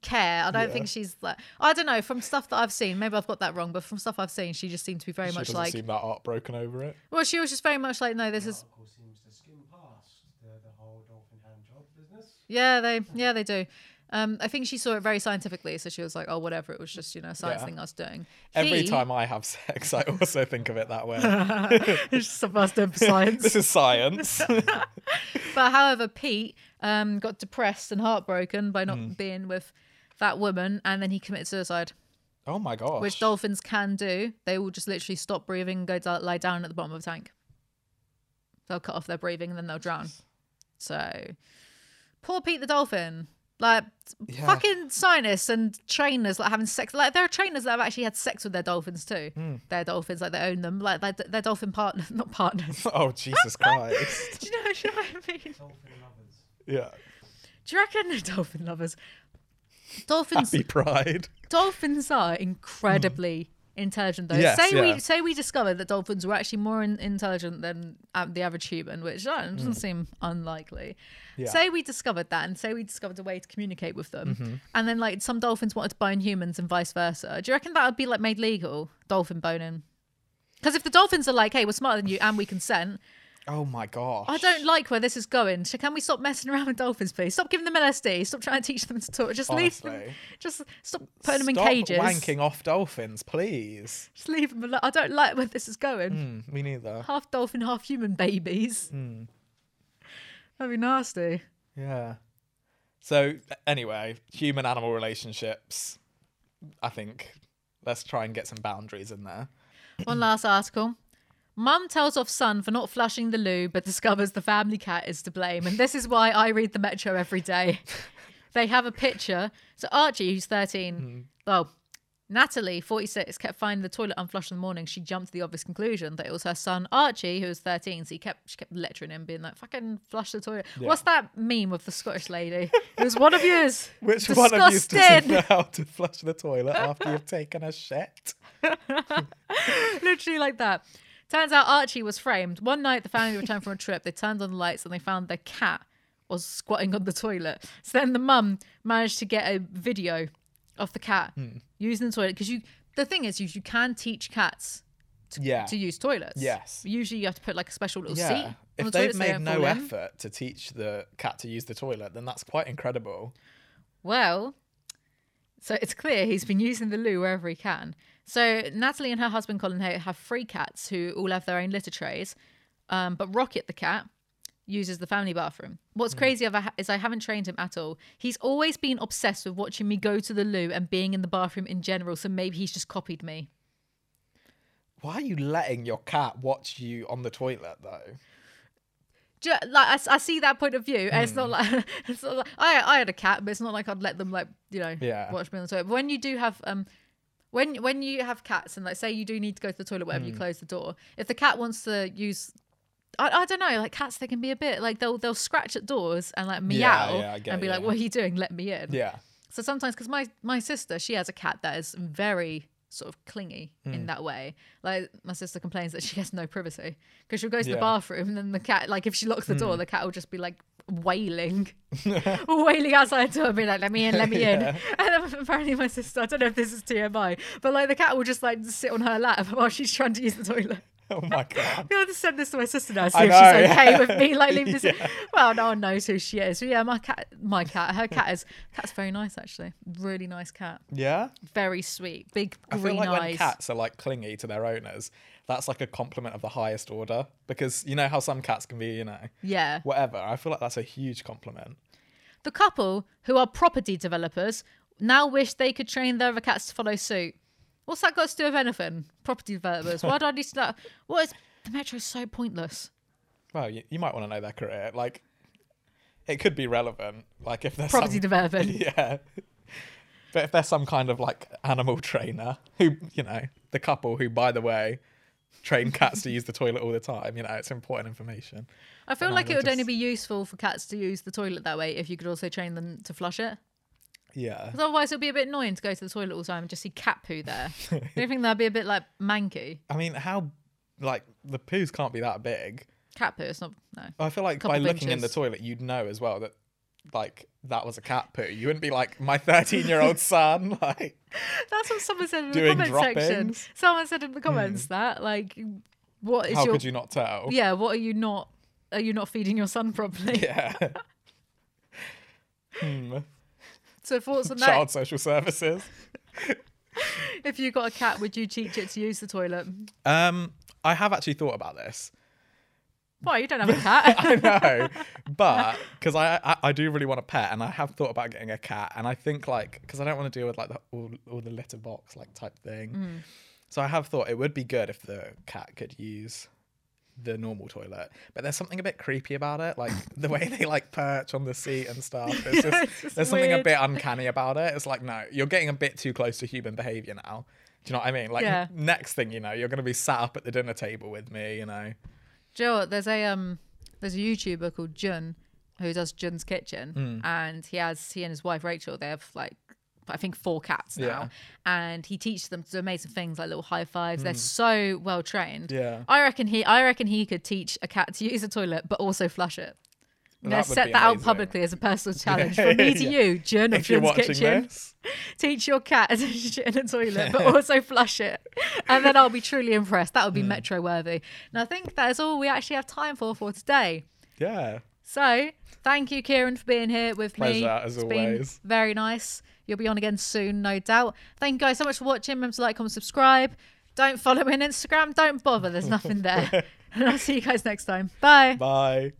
[SPEAKER 1] care. I don't
[SPEAKER 2] Yeah.
[SPEAKER 1] think she's like I don't know from stuff that I've seen. Maybe I've got that wrong, but from stuff I've seen, she just seemed to be very
[SPEAKER 2] She
[SPEAKER 1] much
[SPEAKER 2] doesn't
[SPEAKER 1] like.
[SPEAKER 2] seem that heartbroken over it.
[SPEAKER 1] well, she was just very much like no, this is
[SPEAKER 3] article seems to skim past the, the whole dolphin hand job business.
[SPEAKER 1] Yeah, they yeah they do. Um, I think she saw it very scientifically, so she was like, "Oh, whatever. It was just you know a science
[SPEAKER 2] Yeah.
[SPEAKER 1] thing I was doing."
[SPEAKER 2] Every
[SPEAKER 1] He-
[SPEAKER 2] time I have sex, I also think of it that way.
[SPEAKER 1] it's just a first step of science.
[SPEAKER 2] this is science.
[SPEAKER 1] but however, Pete um, got depressed and heartbroken by not being with that woman, and then he committed suicide,
[SPEAKER 2] oh my gosh.
[SPEAKER 1] which dolphins can do. They will just literally stop breathing, go do- lie down at the bottom of a tank. They'll cut off their breathing and then they'll drown. So, poor Pete the dolphin. Like
[SPEAKER 2] Yeah.
[SPEAKER 1] fucking scientists and trainers like having sex. Like there are trainers that have actually had sex with their dolphins too. Their dolphins, like they own them. Like their, their dolphin partner, not partners.
[SPEAKER 2] Oh Jesus Christ.
[SPEAKER 1] do you know? Do you know what I mean?
[SPEAKER 3] Dolphin lovers.
[SPEAKER 2] yeah.
[SPEAKER 1] Do you reckon the dolphin lovers? Dolphins,
[SPEAKER 2] Happy pride.
[SPEAKER 1] dolphins are incredibly intelligent. Though,
[SPEAKER 2] Yes,
[SPEAKER 1] say
[SPEAKER 2] yeah.
[SPEAKER 1] we say we discovered that dolphins were actually more in, intelligent than uh, the average human, which uh, doesn't seem unlikely.
[SPEAKER 2] Mm. Yeah.
[SPEAKER 1] Say we discovered that, and say we discovered a way to communicate with them,
[SPEAKER 2] Mm-hmm.
[SPEAKER 1] and then like some dolphins wanted to bone humans and vice versa. Do you reckon that would be like made legal? Dolphin boning. Because if the dolphins are like, "Hey, we're smarter than you, and we consent,"
[SPEAKER 2] Oh my gosh.
[SPEAKER 1] I don't like where this is going. So can we stop messing around with dolphins, please? Stop giving them LSD. Stop trying to teach them to talk. Just leave them.
[SPEAKER 2] Honestly.
[SPEAKER 1] Just stop putting them in
[SPEAKER 2] Stop
[SPEAKER 1] cages.
[SPEAKER 2] Wanking off dolphins, please.
[SPEAKER 1] Just leave them alone. I don't like where this is going.
[SPEAKER 2] Mm, me neither.
[SPEAKER 1] Half dolphin, half human babies.
[SPEAKER 2] Hmm.
[SPEAKER 1] That'd be nasty.
[SPEAKER 2] Yeah. So anyway, human animal relationships. I think let's try and get some boundaries in there.
[SPEAKER 1] One last article. Mum tells off son for not flushing the loo, but discovers the family cat is to blame. And this is why I read the Metro every day. they have a picture. So Archie, who's 13,
[SPEAKER 2] Hmm.
[SPEAKER 1] well, Natalie, 46, kept finding the toilet unflushed in the morning. She jumped to the obvious conclusion that it was her son Archie, who was 13. So he kept, she kept lecturing him, being like, fucking flush the toilet. What's that meme of the Scottish lady? it was one of yours.
[SPEAKER 2] Which one of you doesn't
[SPEAKER 1] Disgusting.
[SPEAKER 2] know how to flush the toilet after you've taken a shit?
[SPEAKER 1] Literally like that. Turns out Archie was framed. One night, the family returned from a trip. They turned on the lights and they found their cat was squatting on the toilet. So then the mum managed to get a video of the cat
[SPEAKER 2] Hmm.
[SPEAKER 1] using the toilet because you. The thing is, you, you can teach cats
[SPEAKER 2] Yeah.
[SPEAKER 1] to use toilets.
[SPEAKER 2] Yes.
[SPEAKER 1] Usually, you have to put like a special little seat.
[SPEAKER 2] yeah.
[SPEAKER 1] on
[SPEAKER 2] If
[SPEAKER 1] the toilet
[SPEAKER 2] they've
[SPEAKER 1] so they don't
[SPEAKER 2] made no
[SPEAKER 1] fall in.
[SPEAKER 2] effort to teach the cat to use the toilet, then that's quite incredible.
[SPEAKER 1] Well, so it's clear he's been using the loo wherever he can. So Natalie and her husband Colin Hay have three cats who all have their own litter trays, um, but Rocket the cat uses the family bathroom. What's crazy of- is I haven't trained him at all. He's always been obsessed with watching me go to the loo and being in the bathroom in general. So maybe he's just copied me.
[SPEAKER 2] Why are you letting your cat watch you on the toilet though?
[SPEAKER 1] Do you- like I s- I, see that point of view. and It's not
[SPEAKER 2] Hmm.
[SPEAKER 1] like it's not like I I had a cat, but it's not like I'd let them like you know
[SPEAKER 2] Yeah.
[SPEAKER 1] watch me on the toilet. But when you do have um. When when you have cats and like say you do need to go to the toilet whenever you
[SPEAKER 2] Hmm.
[SPEAKER 1] close the door, if the cat wants to use, I, I don't know, like cats they can be a bit like they'll they'll scratch at doors and like meow
[SPEAKER 2] yeah, I get
[SPEAKER 1] and be
[SPEAKER 2] it,
[SPEAKER 1] like,
[SPEAKER 2] yeah.
[SPEAKER 1] what are you doing? Let me in.
[SPEAKER 2] Yeah.
[SPEAKER 1] So sometimes, because my my sister, she has a cat that is very sort of clingy in that way. Like my sister complains that she has no privacy because she'll go to the
[SPEAKER 2] Yeah.
[SPEAKER 1] bathroom and then the cat, like if she locks the door, the cat will just be like wailing, wailing outside the door, being like, "Let me in, let me in." And then apparently, my sister, I don't know if this is TMI, but like the cat will just like sit on her lap while she's trying to use the toilet.
[SPEAKER 2] Oh my god.
[SPEAKER 1] You'll just send this to my sister now, see
[SPEAKER 2] I
[SPEAKER 1] if
[SPEAKER 2] know,
[SPEAKER 1] she's okay
[SPEAKER 2] yeah.
[SPEAKER 1] with me. Like, leave this.
[SPEAKER 2] Yeah.
[SPEAKER 1] Well, no one knows who she is. But yeah, my cat, my cat, her cat is cat's very nice actually. Really nice cat,
[SPEAKER 2] Yeah.
[SPEAKER 1] very sweet, big
[SPEAKER 2] I feel
[SPEAKER 1] green
[SPEAKER 2] like when
[SPEAKER 1] eyes.
[SPEAKER 2] cats are like clingy to their owners, that's like a compliment of the highest order because you know how some cats can be, you know,
[SPEAKER 1] yeah,
[SPEAKER 2] whatever. I feel like that's a huge compliment.
[SPEAKER 1] the couple who are property developers now wish they could train their other cats to follow suit. What's that got to do with anything? Property developers. Why do I need to know? What is the metro's so pointless?
[SPEAKER 2] Well, you, you might want to know their career. Like, it could be relevant. Like if there's
[SPEAKER 1] Property
[SPEAKER 2] some,
[SPEAKER 1] development.
[SPEAKER 2] yeah. But if they're some kind of like animal trainer who, you know, the couple who, by the way, train cats to use the toilet all the time, you know, it's important information.
[SPEAKER 1] I feel
[SPEAKER 2] No,
[SPEAKER 1] like it
[SPEAKER 2] they're
[SPEAKER 1] would only
[SPEAKER 2] just-
[SPEAKER 1] be useful for cats to use the toilet that way if you could also train them to flush it.
[SPEAKER 2] Yeah.
[SPEAKER 1] Because otherwise, it'll be a bit annoying to go to the toilet all the time and just see cat poo there. Don't you think that'd be a bit like manky?
[SPEAKER 2] I mean, how, like, the poos can't be that big.
[SPEAKER 1] Cat poo, it's not. No.
[SPEAKER 2] I feel like
[SPEAKER 1] Couple
[SPEAKER 2] by looking in the
[SPEAKER 1] inches.
[SPEAKER 2] toilet, you'd know as well that, like, that was a cat poo. You wouldn't be like, my 13 year old son. Like,
[SPEAKER 1] That's what someone said in the
[SPEAKER 2] Doing
[SPEAKER 1] comment section.
[SPEAKER 2] droppings.
[SPEAKER 1] Someone said in the comments that, like, what is
[SPEAKER 2] how
[SPEAKER 1] your.
[SPEAKER 2] could you not tell?
[SPEAKER 1] Yeah, what are you not. Are you not feeding your son properly?
[SPEAKER 2] Yeah. hmm.
[SPEAKER 1] So, thoughts on that?
[SPEAKER 2] Child social services.
[SPEAKER 1] If you got a cat, would you teach it to use the toilet?
[SPEAKER 2] Um, I have actually thought about this.
[SPEAKER 1] Why? You don't have a cat.
[SPEAKER 2] I know, but because I, I I do really want a pet, and I have thought about getting a cat, and I think like because I don't want to deal with like the, all all the litter box like type thing.
[SPEAKER 1] Mm.
[SPEAKER 2] So I have thought it would be good if the cat could use the normal toilet, but there's something a bit creepy about it, like the way they like perch on the seat and stuff. It's
[SPEAKER 1] Yeah,
[SPEAKER 2] just,
[SPEAKER 1] it's just
[SPEAKER 2] there's something a
[SPEAKER 1] weird.
[SPEAKER 2] bit uncanny about it. It's like no, you're getting a bit too close to human behavior now. Do you know what I mean? Like
[SPEAKER 1] Yeah.
[SPEAKER 2] next thing you know, you're gonna be sat up at the dinner table with me. You know.
[SPEAKER 1] Joe, there's a um, there's a YouTuber called Jun who does Jun's
[SPEAKER 2] Hmm.
[SPEAKER 1] Kitchen, and he has he and his wife Rachel. They have like I think four cats now,
[SPEAKER 2] Yeah.
[SPEAKER 1] and he teaches them to do amazing things like little high fives. They're so well trained.
[SPEAKER 2] Hmm. Yeah.
[SPEAKER 1] I reckon he I reckon he could teach a cat to use a toilet, but also flush it.
[SPEAKER 2] That
[SPEAKER 1] Let's
[SPEAKER 2] would
[SPEAKER 1] set
[SPEAKER 2] be
[SPEAKER 1] that out
[SPEAKER 2] amazing.
[SPEAKER 1] publicly as a personal challenge from me to
[SPEAKER 2] Yeah.
[SPEAKER 1] you, Jun of
[SPEAKER 2] If you're
[SPEAKER 1] Jun's
[SPEAKER 2] watching
[SPEAKER 1] Kitchen.
[SPEAKER 2] this.
[SPEAKER 1] Teach your cat to shit in a toilet, but also flush it, and then I'll be truly impressed. That would be
[SPEAKER 2] Mm.
[SPEAKER 1] metro worthy. And I think that is all we actually have time for for today.
[SPEAKER 2] Yeah.
[SPEAKER 1] So thank you, Kieran, for being here with me.
[SPEAKER 2] Pleasure, as
[SPEAKER 1] It's
[SPEAKER 2] always.
[SPEAKER 1] Been very nice. You'll be on again soon, no doubt. Thank you guys so much for watching. Remember to like, comment, subscribe. Don't follow me on Instagram. Don't bother. There's nothing there. and I'll see you guys next time. Bye.
[SPEAKER 2] Bye.